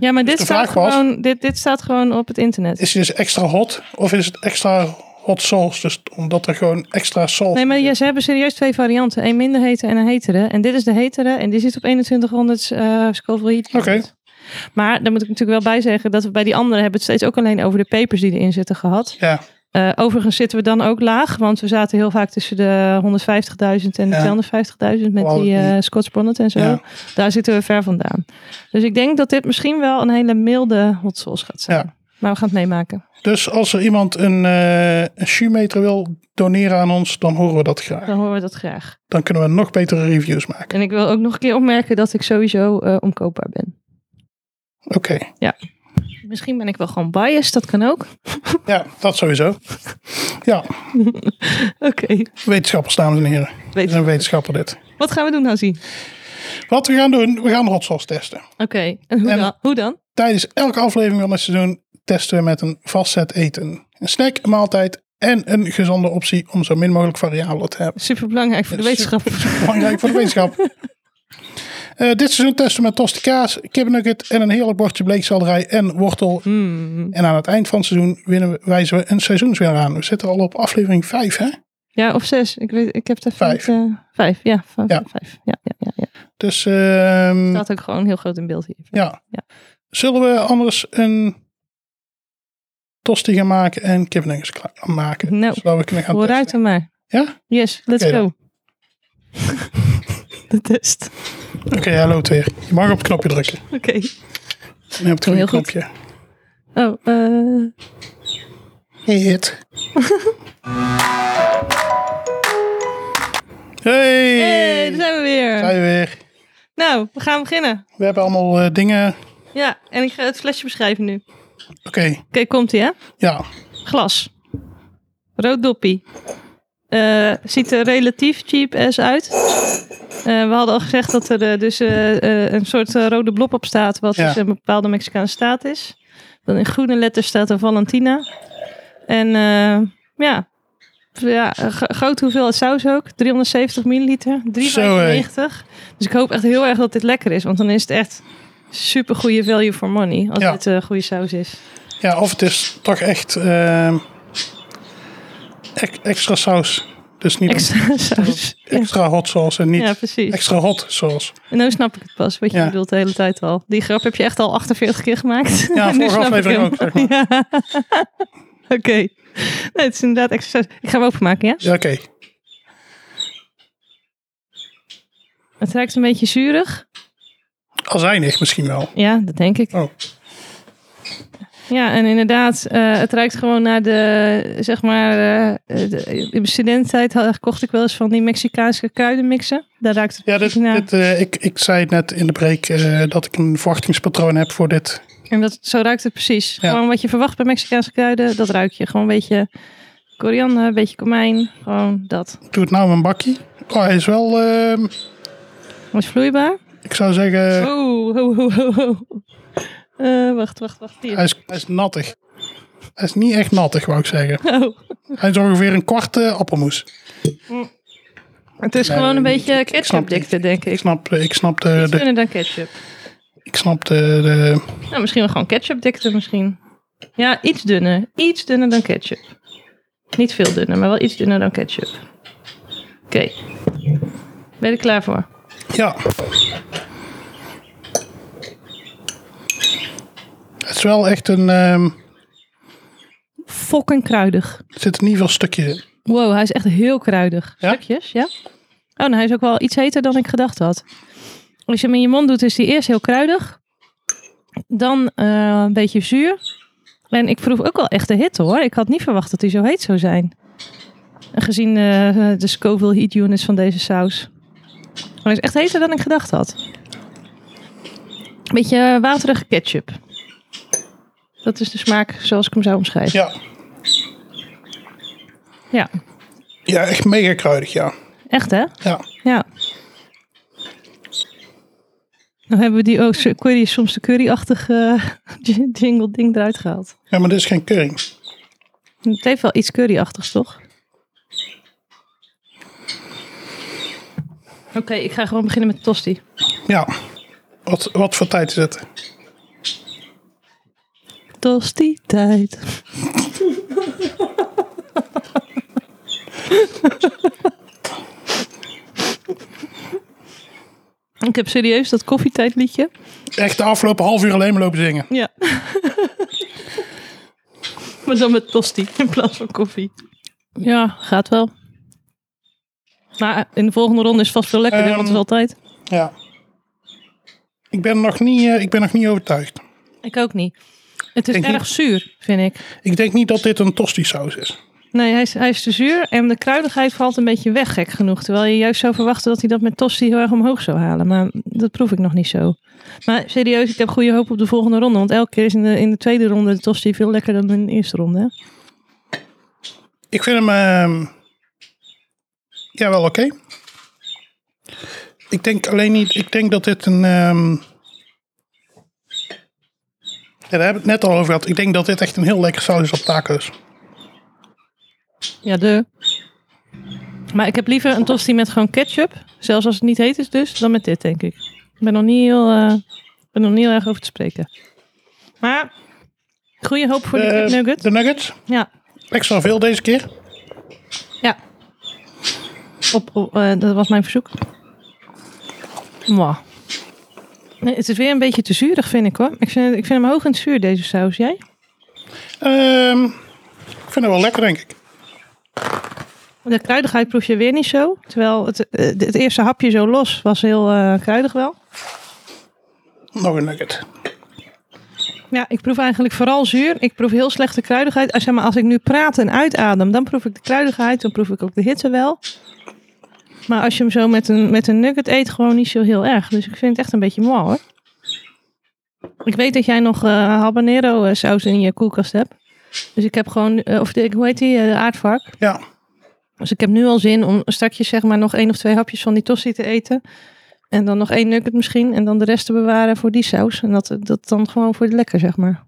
ja, maar dit
de
staat,
vraag was-
gewoon, dit, dit staat gewoon op het internet.
is het dus extra hot of is het extra hot sauce? Dus omdat er gewoon extra salt.
Nee, maar ja, ze hebben serieus twee varianten. Eén minder hete en een hetere. En dit is de hetere. En die zit op 2100 eh Scoville heat units.
Oké.
Maar daar moet ik natuurlijk wel bij zeggen dat we bij die andere hebben het steeds ook alleen over de pepers die erin zitten gehad.
Ja.
Eh, overigens zitten we dan ook laag, want we zaten heel vaak tussen de 150.000 en de
Ja.
250.000 met
Wou
die
ik
eh,
niet.
Scotch bonnet en zo.
Ja.
Daar zitten we ver vandaan. Dus ik denk dat dit misschien wel een hele milde hot sauce gaat zijn.
Ja.
Maar we gaan het meemaken.
Dus als er iemand een, eh een shoemaker wil doneren aan ons, dan horen we dat graag.
Dan horen we dat graag.
Dan kunnen we nog betere reviews maken.
En ik wil ook nog een keer opmerken dat ik sowieso eh, omkoopbaar ben.
Oké.
Misschien ben ik wel gewoon biased, dat kan ook.
Ja, dat sowieso. Ja,
Oké.
wetenschappers, dames en heren. Dit is
Weet-
een wetenschapper dit.
Wat gaan we doen, Hazi?
Wat we gaan doen, we gaan hot sauce testen.
Oké. En hoe
En-
dan? Hoe dan?
Tijdens elke aflevering van dit seizoen testen we met een vast set eten. Een snack, een maaltijd en een gezonde optie om zo min mogelijk variabelen te hebben.
Superbelangrijk voor de wetenschap.
Belangrijk voor de wetenschap. Eh, dit seizoen testen we met tosti kaas, kipnugget en een heerlijk bordje bleekselderij en wortel.
Hmm.
En aan het eind van het seizoen winnen we, wijzen we een seizoenswinnaar aan. We zitten al op aflevering 5, hè?
Ja, of zes. Ik, weet, ik heb het even
Vijf.
niet, eh, vijf, ja. Vijf,
Ja.
ja. Ja, ja, ja, ja.
Dus ehm,
Staat ook gewoon heel groot in beeld hier.
Ja.
Ja.
Zullen we anders een tosti gaan maken en kipnuggets kla- maken?
Nou,
zodat we kunnen gaan
Vooruit
testen.
dan maar.
Ja?
Yes, let's
Oké
go.
dan.
De test.
Oké, hallo het weer. Je mag op het knopje drukken.
Oké.
Nee, op het goede
Heel goed.
knopje.
Oh, eh,
Hit. hey!
hey, daar zijn we weer.
Zijn we weer.
Nou, we gaan beginnen.
We hebben allemaal eh, dingen. Oké,
Ja, en ik ga het flesje beschrijven nu. Oké, komt ie hè?
ja.
Glas. Rood doppie. Eh, Eh, ziet er relatief cheap as uit. Eh, we hadden al gezegd dat er eh, dus eh, eh, een soort eh, rode blob op staat, wat
Ja.
dus een bepaalde Mexicaanse staat is. Dan in groene letters staat er Valentina. En eh, ja, ja gro- grote hoeveelheid saus ook. 370 milliliter, 3,95.
Zo, hé.
Dus ik hoop echt heel erg dat dit lekker is, want dan is het echt super goede value for money als
Ja.
dit eh, goede saus is.
Ja, of het is toch echt ehm, ek- extra saus. Dus niet extra,
Extra saus. Ja.
extra hot sauce en niet
Ja, precies.
extra hot sauce.
En nu snap ik het pas, wat je
Ja.
bedoelt de hele tijd al. Die grap heb je echt al 48 keer gemaakt.
Ja,
Nu
vorige
snap ik
aflevering
hem.
ook, zeg maar.
Ja. Oké. Nee, het is inderdaad extra. Ik ga hem openmaken, ja?
Ja, oké.
Het ruikt een beetje zuurig.
Azijnig misschien wel.
Ja, dat denk ik.
Oh.
Ja, en inderdaad, eh, het ruikt gewoon naar de, zeg maar, eh, de- in mijn studententijd had, kocht ik wel eens van die Mexicaanse kruidenmixen. Daar ruikt het
Ja, dit,
precies naar.
dit, eh, ik, ik zei net in de break eh, dat ik een verwachtingspatroon heb voor dit.
En dat, zo ruikt het precies.
Ja.
Gewoon wat je verwacht bij Mexicaanse kruiden, dat ruik je. Gewoon een beetje koriander, een beetje komijn. Gewoon dat.
Ik doe het nou in mijn bakkie. Oh, hij is wel, ehm,
Was vloeibaar?
ik zou zeggen,
Oh, oh, oh, oh, oh. Eh, wacht, wacht, wacht. Hier.
hij, is, hij is nattig. Hij is niet echt nattig, wou ik zeggen.
Oh.
Hij is ongeveer een kwart eh, appelmoes.
Het is
Nee,
gewoon een
ik-
beetje
ik- ik snap
ketchupdikte, denk
Ik
ik.
snap, eh, ik snap de, de,
Dunner dan ketchup.
ik snap de, de
Nou, misschien wel gewoon ketchupdikte misschien. Ja, iets dunner. Iets dunner dan ketchup. Niet veel dunner, maar wel iets dunner dan ketchup. Oké. Ben je er klaar voor?
Ja. Het is wel echt een. ehm,
Fucking kruidig.
er zit in ieder geval stukjes in.
Wow, hij is echt heel kruidig.
Ja?
Stukjes, ja. Oh, nou, hij is ook wel iets heter dan ik gedacht had. Als je hem in je mond doet, is hij eerst heel kruidig. Dan eh, een beetje zuur. En ik proef ook wel echt de hitte hoor. Ik had niet verwacht dat hij zo heet zou zijn. En Gezien eh, de Scoville heat units van deze saus. Maar hij is echt heter dan ik gedacht had. Beetje eh, waterige ketchup. Dat is de smaak zoals ik hem zou omschrijven.
Ja.
Ja,
ja, echt mega kruidig, ja.
echt hè?
ja.
Ja. Nou hebben we die ook zo- curry, soms de curryachtige eh, jingle ding eruit gehaald.
Ja, maar dit is geen curry.
Het heeft wel iets curryachtigs, toch? Oké, ik ga gewoon beginnen met tosti.
Ja. Wat, wat voor tijd is het?
Tosti tijd. ik heb serieus dat koffietijdliedje.
Echt de afgelopen half uur alleen maar lopen zingen.
Ja. maar dan met tosti in plaats van koffie. Ja, gaat wel. Maar in de volgende ronde is het vast veel lekkerder,
Ehm.
want het is altijd.
Ja. Ik ben nog niet, eh, ik ben nog niet overtuigd.
Ik ook niet. Het is
Denk
erg
niet.
zuur, vind ik.
Ik denk niet dat dit een tosti saus is.
Nee, hij is, hij is te zuur en de kruidigheid valt een beetje weg, gek genoeg. Terwijl je juist zou verwachten dat hij dat met tosti heel erg omhoog zou halen. Maar dat proef ik nog niet zo. Maar serieus, ik heb goede hoop op de volgende ronde. Want elke keer is in de, in de tweede ronde de tosti veel lekkerder dan in de eerste ronde. hè?
Ik vind hem. ehm, ja, wel oké. Ik denk alleen niet. Ik denk dat dit een. ehm, ja, daar hebben we het net al over gehad. Ik denk dat dit echt een heel lekker saus is op tacos.
Ja, de. Maar ik heb liever een tosti met gewoon ketchup. Zelfs als het niet heet is dus, dan met dit, denk ik. Ik ben nog niet heel, eh, ik ben nog niet heel erg over te spreken. Maar, goede hoop voor
Eh,
de nugget.
de nuggets.
Ja,
Extra veel deze keer.
ja. Op, op, eh, dat was mijn verzoek. Mwah. Nee, het is weer een beetje te zuurig, vind ik hoor. Ik vind, ik vind hem hoog en zuur, deze saus. Jij?
Ehm, ik vind het wel lekker, denk ik.
De kruidigheid proef je weer niet zo. Terwijl het, eh, het eerste hapje zo los was heel eh, kruidig wel.
Nog een nugget.
Ja, ik proef eigenlijk vooral zuur. Ik proef heel slechte kruidigheid. Als, zeg maar, als ik nu praat en uitadem, dan proef ik de kruidigheid. Dan proef ik ook de hitte wel. Maar als je hem zo met een, met een nugget eet, gewoon niet zo heel erg. Dus ik vind het echt een beetje mooi hoor. Ik weet dat jij nog eh, habanero eh, saus in je koelkast hebt. Dus ik heb gewoon, eh, of de, hoe heet die, Eh, de aardvark.
Ja.
Dus ik heb nu al zin om straks zeg maar nog één of twee hapjes van die tossie te eten. En dan nog één nugget misschien. En dan de rest te bewaren voor die saus. En dat, dat dan gewoon voor de lekker, zeg maar.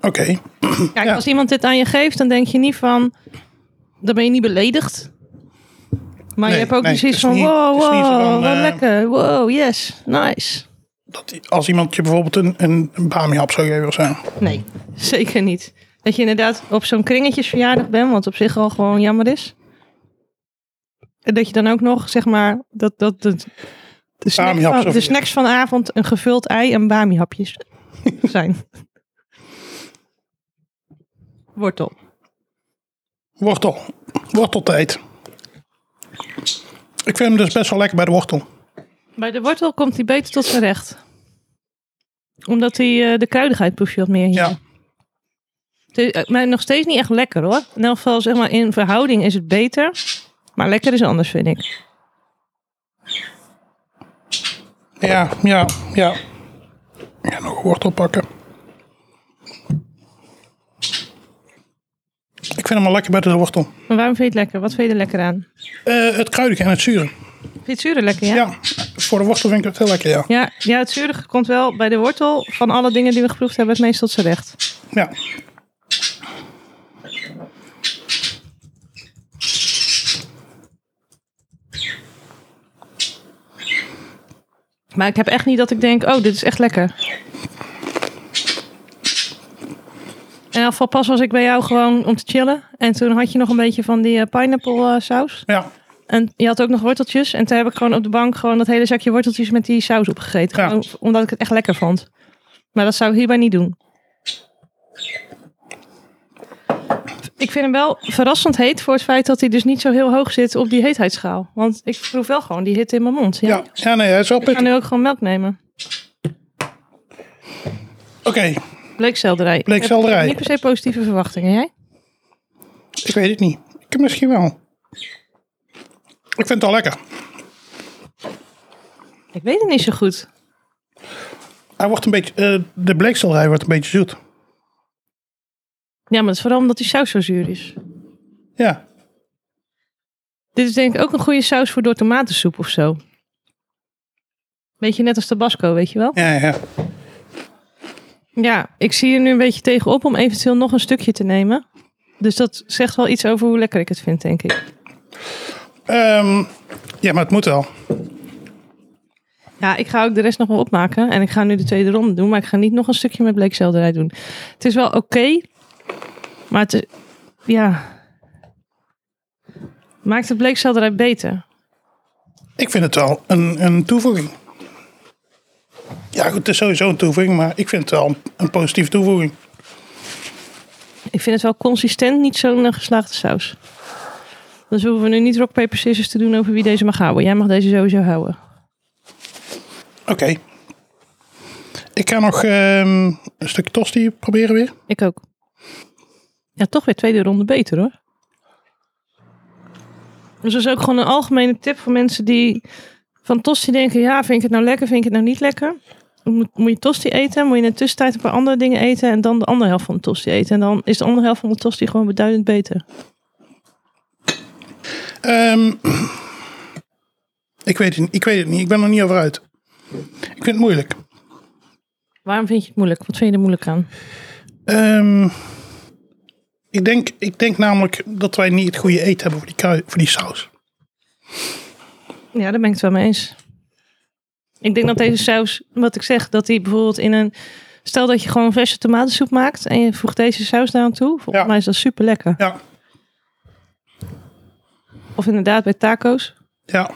Oké.
Kijk,
Ja.
als iemand dit aan je geeft, dan denk je niet van... Dan ben je niet beledigd. Maar
Nee,
je hebt ook
nee,
precies
het is
van...
niet-
wow,
het is niet zo
wow,
van,
wat
eh,
lekker. Wow, yes, nice.
Dat als iemand je bijvoorbeeld een, een, een bami-hap zou geven of zo.
Nee, zeker niet. Dat je inderdaad op zo'n kringetjesverjaardag bent, wat op zich al gewoon jammer is. En dat je dan ook nog, zeg maar, dat, dat, dat de, snack
Bamihap
van,
sowieso.
de snacks vanavond een gevuld ei en bamihapjes zijn. Wortel.
Wortel. Worteltijd. Ik vind hem dus best wel lekker bij de wortel.
Bij de wortel komt hij beter tot zijn recht. Omdat hij eh, de kruidigheid proef je wat meer hier.
Ja.
Het is, eh, maar nog steeds niet echt lekker hoor. In elk geval zeg maar in verhouding is het beter. Maar lekker is anders vind ik.
Ja, ja, ja. Ja, nog een wortel pakken. Ik vind hem wel lekker bij de wortel.
Maar waarom vind je het lekker? Wat vind je er lekker aan?
Eh, het kruidige en het zure.
Vind je het zure lekker, ja?
Ja. voor de wortel vind ik het heel lekker, ja.
Ja, ja, het zure komt wel bij de wortel van alle dingen die we geproefd hebben het meest tot zijn recht.
Ja.
Maar ik heb echt niet dat ik denk, oh, dit is echt lekker. In elk geval pas was ik bij jou gewoon om te chillen. En toen had je nog een beetje van die eh, pineapple eh, saus.
Ja,
En je had ook nog worteltjes. En toen heb ik gewoon op de bank gewoon dat hele zakje worteltjes met die saus opgegeten.
Ja.
Gewoon omdat ik het echt lekker vond. Maar dat zou ik hierbij niet doen. Ik vind hem wel verrassend heet voor het feit dat hij dus niet zo heel hoog zit op die heetheidsschaal. Want ik proef wel gewoon die hitte in mijn mond. Ja.
ja. ja nee, hij is wel
Ik ga
pittig.
nu ook gewoon melk nemen.
Oké,
Bleekselderij.
Bleekselderij.
Ik heb Niet per se positieve verwachtingen, jij?
ik weet het niet. Ik misschien wel. Ik vind het al lekker.
Ik weet het niet zo goed.
Hij wordt een beetje, eh, de bleekselderij wordt een beetje zoet.
Ja, maar dat is vooral omdat die saus zo zuur is.
Ja,
Dit is denk ik ook een goede saus voor door tomatensoep of zo. Beetje net als tabasco, weet je wel?
ja, ja.
Ja, ik zie er nu een beetje tegenop om eventueel nog een stukje te nemen. Dus dat zegt wel iets over hoe lekker ik het vind, denk ik.
Ehm, ja, maar het moet wel.
Ja, ik ga ook de rest nog wel opmaken. En ik ga nu de tweede ronde doen. Maar ik ga niet nog een stukje met bleekselderij doen. Het is wel oké. maar het is- Ja. Maakt de bleekselderij beter?
Ik vind het wel een, een toevoeging. Ja, goed, het is sowieso een toevoeging, maar ik vind het wel een, een positieve toevoeging.
Ik vind het wel consistent niet zo'n eh, geslaagde saus. Dus we hoeven nu niet rock, paper, scissors te doen over wie deze mag houden. Jij mag deze sowieso houden.
Oké. Ik ga nog ehm, een stuk tosti proberen weer.
Ik ook. Ja, toch weer tweede ronde beter hoor. Dus dat is ook gewoon een algemene tip voor mensen die van tosti denken... ja, vind ik het nou lekker, vind ik het nou niet lekker? Moet, moet je tosti eten, moet je in de tussentijd een paar andere dingen eten... en dan de andere helft van de tosti eten. En dan is de andere helft van de tosti gewoon beduidend beter.
Ehm, ik, weet het, ik weet het niet, ik ben er niet over uit. Ik vind het moeilijk.
Waarom vind je het moeilijk? Wat vind je er moeilijk aan?
Ehm, ik, denk, ik denk namelijk dat wij niet het goede eten hebben voor die, krui, voor die saus.
Ja, daar ben ik het wel mee eens. Ik denk dat deze saus, wat ik zeg, dat die bijvoorbeeld in een... Stel dat je gewoon verse tomatensoep maakt en je voegt deze saus daar aan toe. Volgens
Ja.
mij is dat super lekker.
Ja,
Of inderdaad bij taco's.
ja.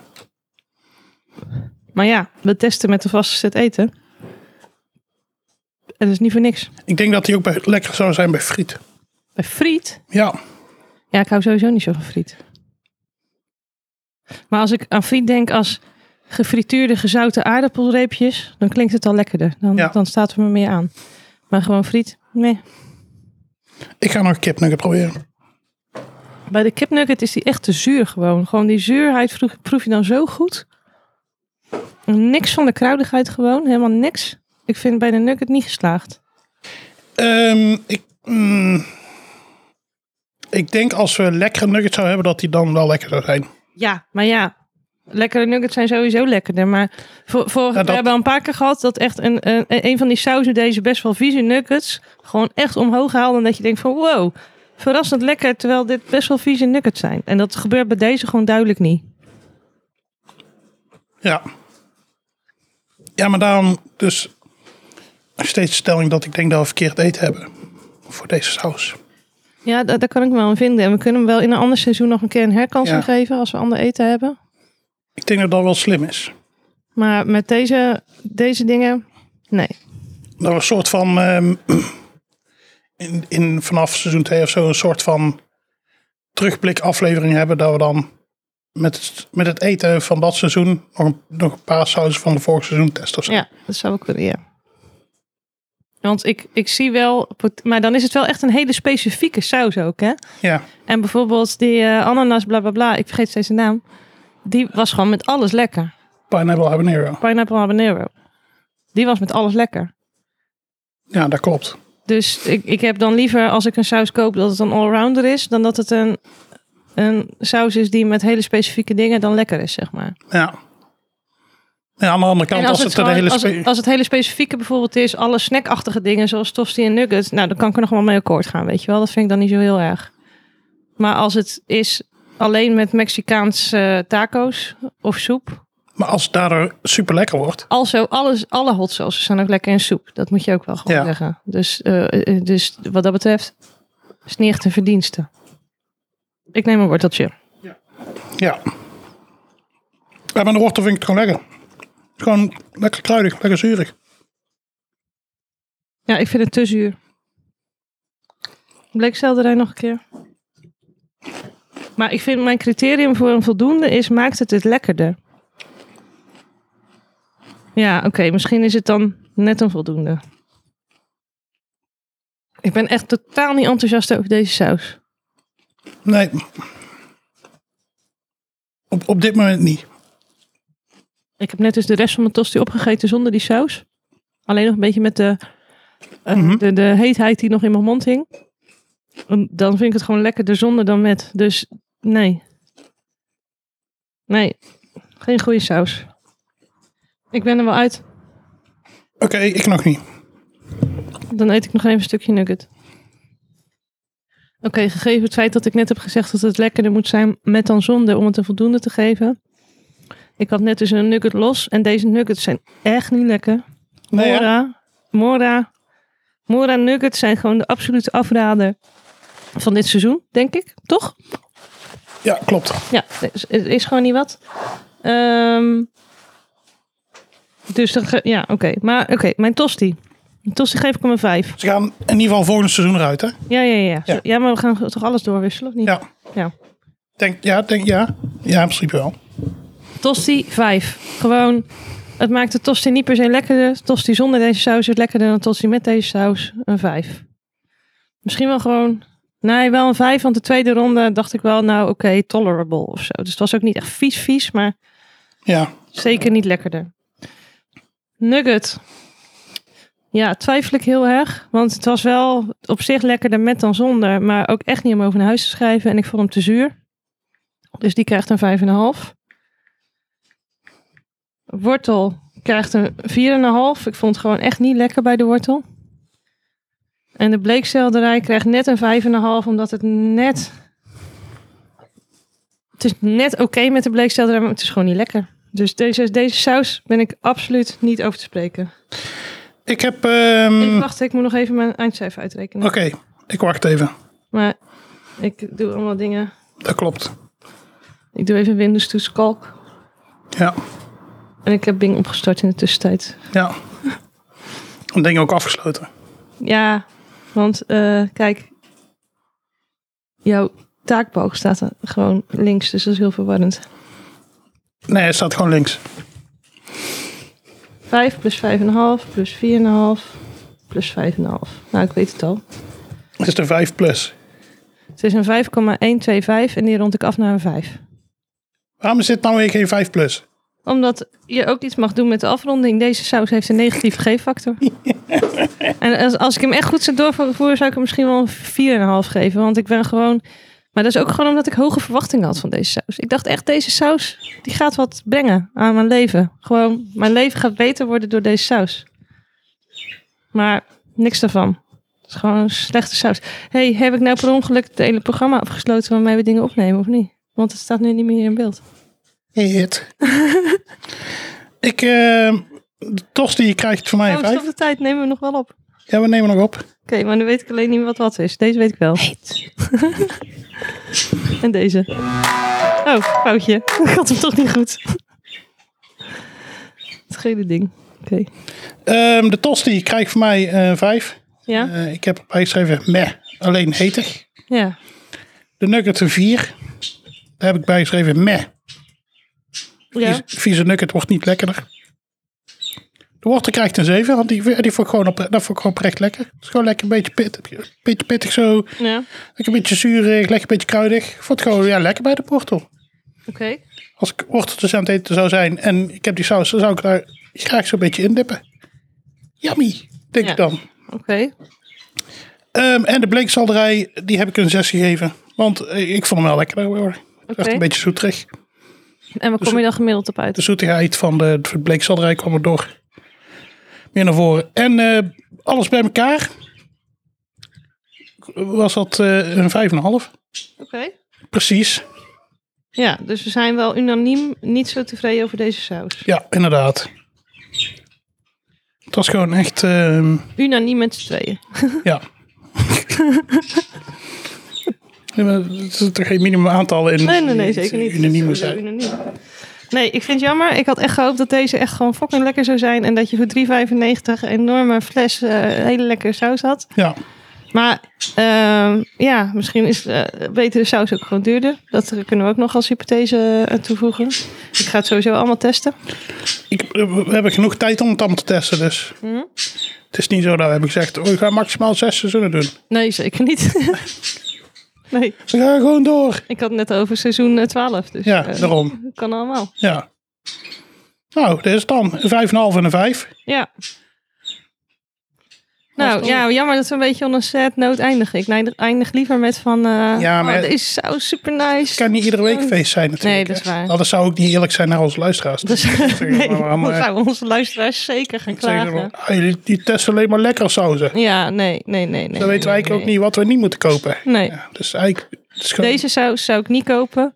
Maar ja, we testen met de vaste set eten. En dat is niet voor niks.
Ik denk dat die ook bij, lekker zou zijn bij friet.
Bij friet?
Ja,
Ja, ik hou sowieso niet zo van friet. Maar als ik aan friet denk als gefrituurde gezouten aardappelreepjes, dan klinkt het al lekkerder. Dan,
Ja.
dan staat er me meer aan. Maar gewoon friet, nee.
ik ga nog kipnugget proberen.
Bij de kipnugget is die echt te zuur gewoon. Gewoon die zuurheid vroeg- proef je dan zo goed. Niks van de kruidigheid gewoon, helemaal niks. Ik vind bij de nugget niet geslaagd.
Ehm, ik, mm, Ik denk als we lekkere nuggets zouden hebben, dat die dan wel lekker zou zijn.
Ja, maar ja. Lekkere nuggets zijn sowieso lekkerder. Maar voor, voor,
dat-
we hebben al een paar keer gehad dat echt een, een, een van die sausen, deze best wel vieze nuggets, gewoon echt omhoog haalde. En dat je denkt van wow, verrassend lekker, terwijl dit best wel vieze nuggets zijn. En dat gebeurt bij deze gewoon duidelijk niet.
Ja. Ja, maar daarom dus nog steeds de stelling dat ik denk dat we verkeerd eten hebben. Voor deze saus.
Ja, da- daar kan ik me wel aan vinden. En we kunnen hem wel in een ander seizoen nog een keer een herkansing
Ja.
geven als we ander eten hebben.
Ik denk dat dat wel slim is.
Maar met deze, deze dingen, nee.
Dat we een soort van, ehm, in, in, vanaf seizoen 2 of zo, een soort van terugblik aflevering hebben. Dat we dan met het, met het eten van dat seizoen nog een, nog een paar sausen van de vorige seizoen testen. Of zo.
Ja, dat zou ik kunnen, ja. Want ik, ik zie wel, pot- maar dan is het wel echt een hele specifieke saus ook, hè?
ja.
En bijvoorbeeld die eh, ananas, bla bla bla, ik vergeet steeds de naam. Die was gewoon met alles lekker.
Pineapple habanero.
Pineapple habanero. Die was met alles lekker.
Ja, dat klopt.
Dus ik, ik heb dan liever als ik een saus koop dat het een allrounder is, dan dat het een, een saus is die met hele specifieke dingen dan lekker is, zeg maar.
Ja. En aan de andere kant,
En
als, het, een
gewoon-
hele...
als,
spe-
het, als het hele specifieke bijvoorbeeld is, alle snackachtige dingen zoals tosti en nuggets, nou dan kan ik er nog wel mee akkoord gaan, weet je wel. Dat vind ik dan niet zo heel erg. Maar als het is alleen met Mexicaanse eh, taco's of soep,
Maar als het daardoor super lekker wordt.
also alles, alle hot sauces zijn ook lekker in soep. Dat moet je ook wel gewoon
Ja.
zeggen. Dus, eh, eh, dus wat dat betreft is niet echt een verdienste. Ik neem een worteltje.
Ja. Ja, maar de wortel vind ik het gewoon lekker. Het is Gewoon lekker kruidig, lekker zuurig.
Ja, ik vind het te zuur. Bleekselderij nog een keer. Maar ik vind mijn criterium voor een voldoende is, maakt het het lekkerder? Ja, oké, misschien is het dan net een voldoende. Ik ben echt totaal niet enthousiast over deze saus.
Nee. Op, op dit moment niet.
Ik heb net dus de rest van mijn tosti opgegeten zonder die saus. Alleen nog een beetje met de, eh,
Mhm.
de, de heetheid die nog in mijn mond hing. En Dan vind ik het gewoon lekkerder zonder dan met. Dus nee. Nee, geen goede saus. Ik ben er wel uit.
Oké, ik nog niet.
Dan eet ik nog even een stukje nugget. Oké, gegeven het feit dat ik net heb gezegd dat het lekkerder moet zijn met dan zonder om het een voldoende te geven. Ik had net dus een nugget los en deze nuggets zijn echt niet lekker.
Nee, hè?
Mora, Mora, Mora nuggets zijn gewoon de absolute afrader van dit seizoen, denk ik, toch?
Ja, klopt.
Ja, het is- het is gewoon niet wat. Ehm, dus dan ge- ja, oké. Maar oké, mijn tosti. Mijn tosti geef ik hem een 5.
Ze gaan in ieder geval volgend seizoen eruit, hè?
Ja, ja, ja.
Ja.
Ja, ja maar we gaan toch alles doorwisselen, of niet?
Ja.
Ja.
Denk, ja, denk, ja. Ja, in principe wel.
Tosti 5. Gewoon, het maakt de tosti niet per se lekkerder. Tosti zonder deze saus is lekkerder dan tosti met deze saus. Een 5. Misschien wel gewoon... Nee, wel een 5, want de tweede ronde dacht ik wel, nou oké, tolerable of zo. Dus het was ook niet echt vies vies, maar
Ja.
Zeker niet lekkerder. Nugget. Ja, twijfel ik heel erg. Want het was wel op zich lekkerder met dan zonder. Maar ook echt niet om over naar huis te schrijven. En ik vond hem te zuur. Dus die krijgt een 5,5. Wortel krijgt een 4,5. Ik vond het gewoon echt niet lekker bij de wortel. En de bleekselderij krijgt net een 5,5. Omdat het net... Het is net oké met de bleekselderij. Maar het is gewoon niet lekker. Dus deze, deze saus ben ik absoluut niet over te spreken.
Ik heb... ehm,
Ik
Oké,
wacht, ik moet nog even mijn eindcijfer uitrekenen.
ik wacht even.
Maar ik doe allemaal dingen.
Dat klopt.
Ik doe even Windows toets kalk.
Ja.
En ik heb Bing opgestart in de tussentijd.
Ja. Dan denk ik ook afgesloten.
Ja, want eh, kijk. Jouw taakbalk staat er gewoon links, dus dat is heel verwarrend.
Nee, het staat gewoon links.
5 plus 5,5 plus 4,5 plus 5,5. Nou, ik weet het al.
Het is de 5 plus.
Het is een 5,125 en die rond ik af naar een 5.
Waarom is dit nou weer geen 5 plus?
Omdat je ook iets mag doen met de afronding. Deze saus heeft een negatieve G-factor. en als, als ik hem echt goed zou doorvoeren, zou ik hem misschien wel een 4,5 geven. Want ik ben gewoon... Maar dat is ook gewoon omdat ik hoge verwachtingen had van deze saus. Ik dacht echt, deze saus die gaat wat brengen aan mijn leven. Gewoon, mijn leven gaat beter worden door deze saus. Maar niks daarvan. Het is gewoon een slechte saus. hey, heb ik nou per ongeluk het hele programma afgesloten waarmee we dingen opnemen of niet? Want het staat nu niet meer in beeld.
Hit. ik, eh, de tos die je krijgt van mij
Oh,
een vijf.
stop de tijd, nemen we nog wel op. Oké,
Ja, we nemen nog op.
maar dan weet ik alleen niet wat wat is. Deze weet ik wel. en deze. Oh, foutje. Ik had hem toch niet goed. Het gele ding. Oké.
Ehm, de tos die krijgt van mij eh, een vijf.
Ja?
Eh, ik heb erbij geschreven, meh, alleen hetig.
Ja.
De nugget een vier. Daar heb ik bij geschreven, meh,
Ja.
vieze, vieze nugget wordt niet lekkerder. De wortel krijgt een 7, want die, die vond ik gewoon, op, dat vond ik gewoon oprecht lekker. Het is gewoon lekker een beetje, pit, beetje pittig zo.
ja.
Lekker een beetje zuurig, lekker een beetje kruidig. Ik vond het gewoon ja, lekker bij de wortel.
Oké.
Als ik worteltjes aan het eten zou zijn en ik heb die saus, dan zou ik daar graag zo'n beetje indippen. Yummy, denk
Ja.
ik dan.
Oké.
Ehm, en de bleekselderij, die heb ik een 6 gegeven. Want eh, ik vond hem wel lekker hoor. Het was
Oké.
echt een beetje zoeterig.
En waar kom je dan gemiddeld op uit?
De zoetigheid van de, van de bleekselderij kwam er door. Meer naar voren. En eh, alles bij elkaar was dat eh een 5,5.
Oké.
Precies.
Ja, dus we zijn wel unaniem niet zo tevreden over deze saus.
Ja, inderdaad. Het was gewoon echt. ehm,
Unaniem met z'n tweeën.
ja. Ja, maar Er zitten geen minimum aantallen in.
Nee, nee, nee, zeker niet.
Unaniem moet
Sowieso
zijn.
unaniem. Nee, ik vind het jammer. Ik had echt gehoopt dat deze echt gewoon fucking lekker zou zijn. En dat je voor 3,95 een enorme fles eh, hele lekkere saus had.
Ja,
Maar ehm, ja, misschien is eh, betere saus ook gewoon duurder. Dat kunnen we ook nog als hypothese eh, toevoegen. Ik ga het sowieso allemaal testen.
ik, eh, we hebben genoeg tijd om het allemaal te testen, dus.
Hm?
Het is niet zo dat we hebben gezegd, oh, we gaan maximaal zes seizoenen doen.
Nee, zeker niet. nee,
We gaan gewoon door.
ik had het net over seizoen eh, 12. Dus
Ja,
eh,
daarom.
kan allemaal.
Ja. Nou, dit is het dan. Een vijf en een half en een vijf.
Ja.
Was
Nou
het
ja, jammer dat we een beetje on een sad note eindigen. Ik neig- eindig liever met van. eh,
Ja, maar-
oh, deze saus super
Het
nice.
kan niet iedere week feest zijn natuurlijk.
Eh. Nee, dat is
hè.
waar.
Nou, dat zou ook niet eerlijk zijn naar onze luisteraars.
Dus nee,
zeggen we
dan
maar, eh,
zouden onze luisteraars zeker gaan
Zeggen ze
klagen.
van, ah, jullie- die testen alleen maar lekker sauzen.
Ja, nee, nee, nee. nee
Dan weten we eigenlijk ook niet wat we niet moeten kopen.
Nee.
Ja, dus eigenlijk... het is gewoon-
Deze saus zou ik niet kopen.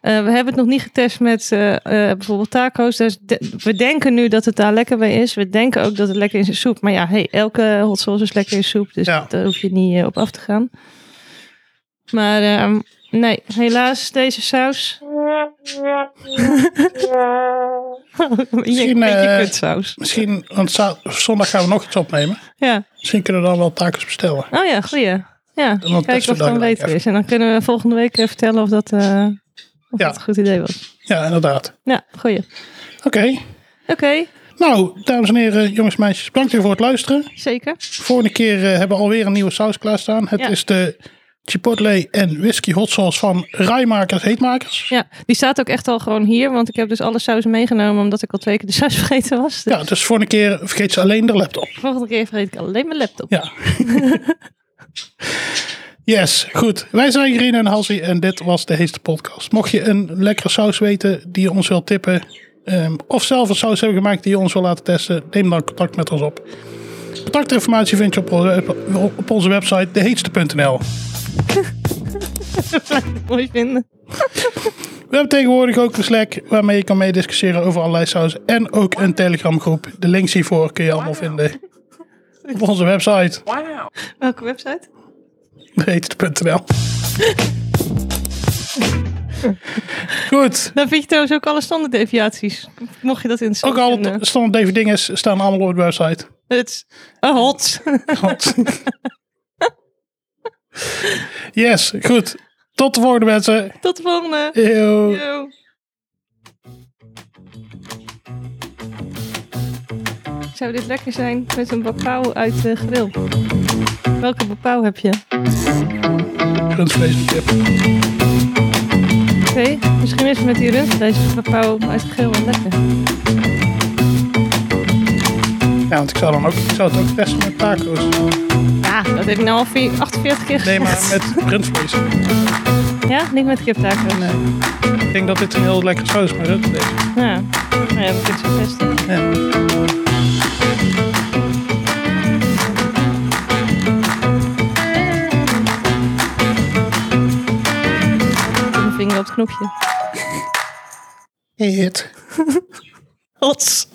Eh, we hebben het nog niet getest met eh, eh, bijvoorbeeld taco's. Dus de- we denken nu dat het daar lekker bij is. We denken ook dat het lekker is in soep. Maar ja, hey, elke hot sauce is lekker in soep. Dus
Ja.
daar hoef je niet eh, op af te gaan. Maar ehm, nee, helaas deze saus.
Misschien,
een beetje
eh,
kutsaus.
Misschien, want za- zondag gaan we nog iets opnemen.
Ja.
Misschien kunnen we dan wel takels bestellen.
Oh ja, goeie. Ja,
testen
kijken
we
of het
daar
dan
gelijk
beter is. En dan kunnen we volgende week eh, vertellen of dat, eh, of
Ja.
dat een goed idee was.
Ja, inderdaad.
Ja, goeie.
Oké.
Oké,
Nou, dames en heren, jongens en meisjes, bedankt weer voor het luisteren.
zeker.
Volgende keer eh, hebben we alweer een nieuwe saus klaarstaan. Het
Ja.
is de Chipotle en Whisky Hot Sauce van Rijmakers Heetmakers.
Ja, die staat ook echt al gewoon hier. Want ik heb dus alle sauzen meegenomen omdat ik al twee keer de saus vergeten was. Dus
Ja, dus volgende keer vergeet ze alleen de laptop.
volgende keer vergeet ik alleen mijn laptop.
Ja. yes, goed. Wij zijn Irene en Halsey en dit was de Heeste Podcast. Mocht je een lekkere saus weten die je ons wilt tippen... ehm, of zelf een saus hebben gemaakt die je ons wil laten testen... neem dan contact met ons op. Contactinformatie vind je op, onze- op onze website deheetste.nl.
Mooi vinden.
We hebben tegenwoordig ook een Slack waarmee je kan meediscussiëren over allerlei sausen. En ook een Telegram groep. De links hiervoor kun je allemaal vinden op onze website.
Welke website?
Heetste.nl Goed.
Daar vind je trouwens ook alle standaarddeviaties. Mocht je dat
Ook
interessant
al
vinden.
het standaard David Dinges staan allemaal op de website.
Het is een hot.
Want- yes, goed. Tot de volgende mensen.
Tot de volgende.
Eeuw.
Yo. Zou dit lekker zijn met een bapau uit de grill? Welke bapau heb je?
Rundvlees en kip.
Oké, misschien is het met die rundvlees papau uit het geel wel lekker.
Ja, want ik zou, dan ook, ik zou het ook testen met taco's.
Ja, dat heb ik nou al vi- 48 keer
Nee,
gezegd.
maar met rundvlees.
Ja, niet met kiptaco.
Nee. Ik denk dat dit een heel lekker saus is met rundvlees.
Ja, nou ja, dat is het beste.
Ja.
Met mijn vinger op het knopje.
Hit.
Hots.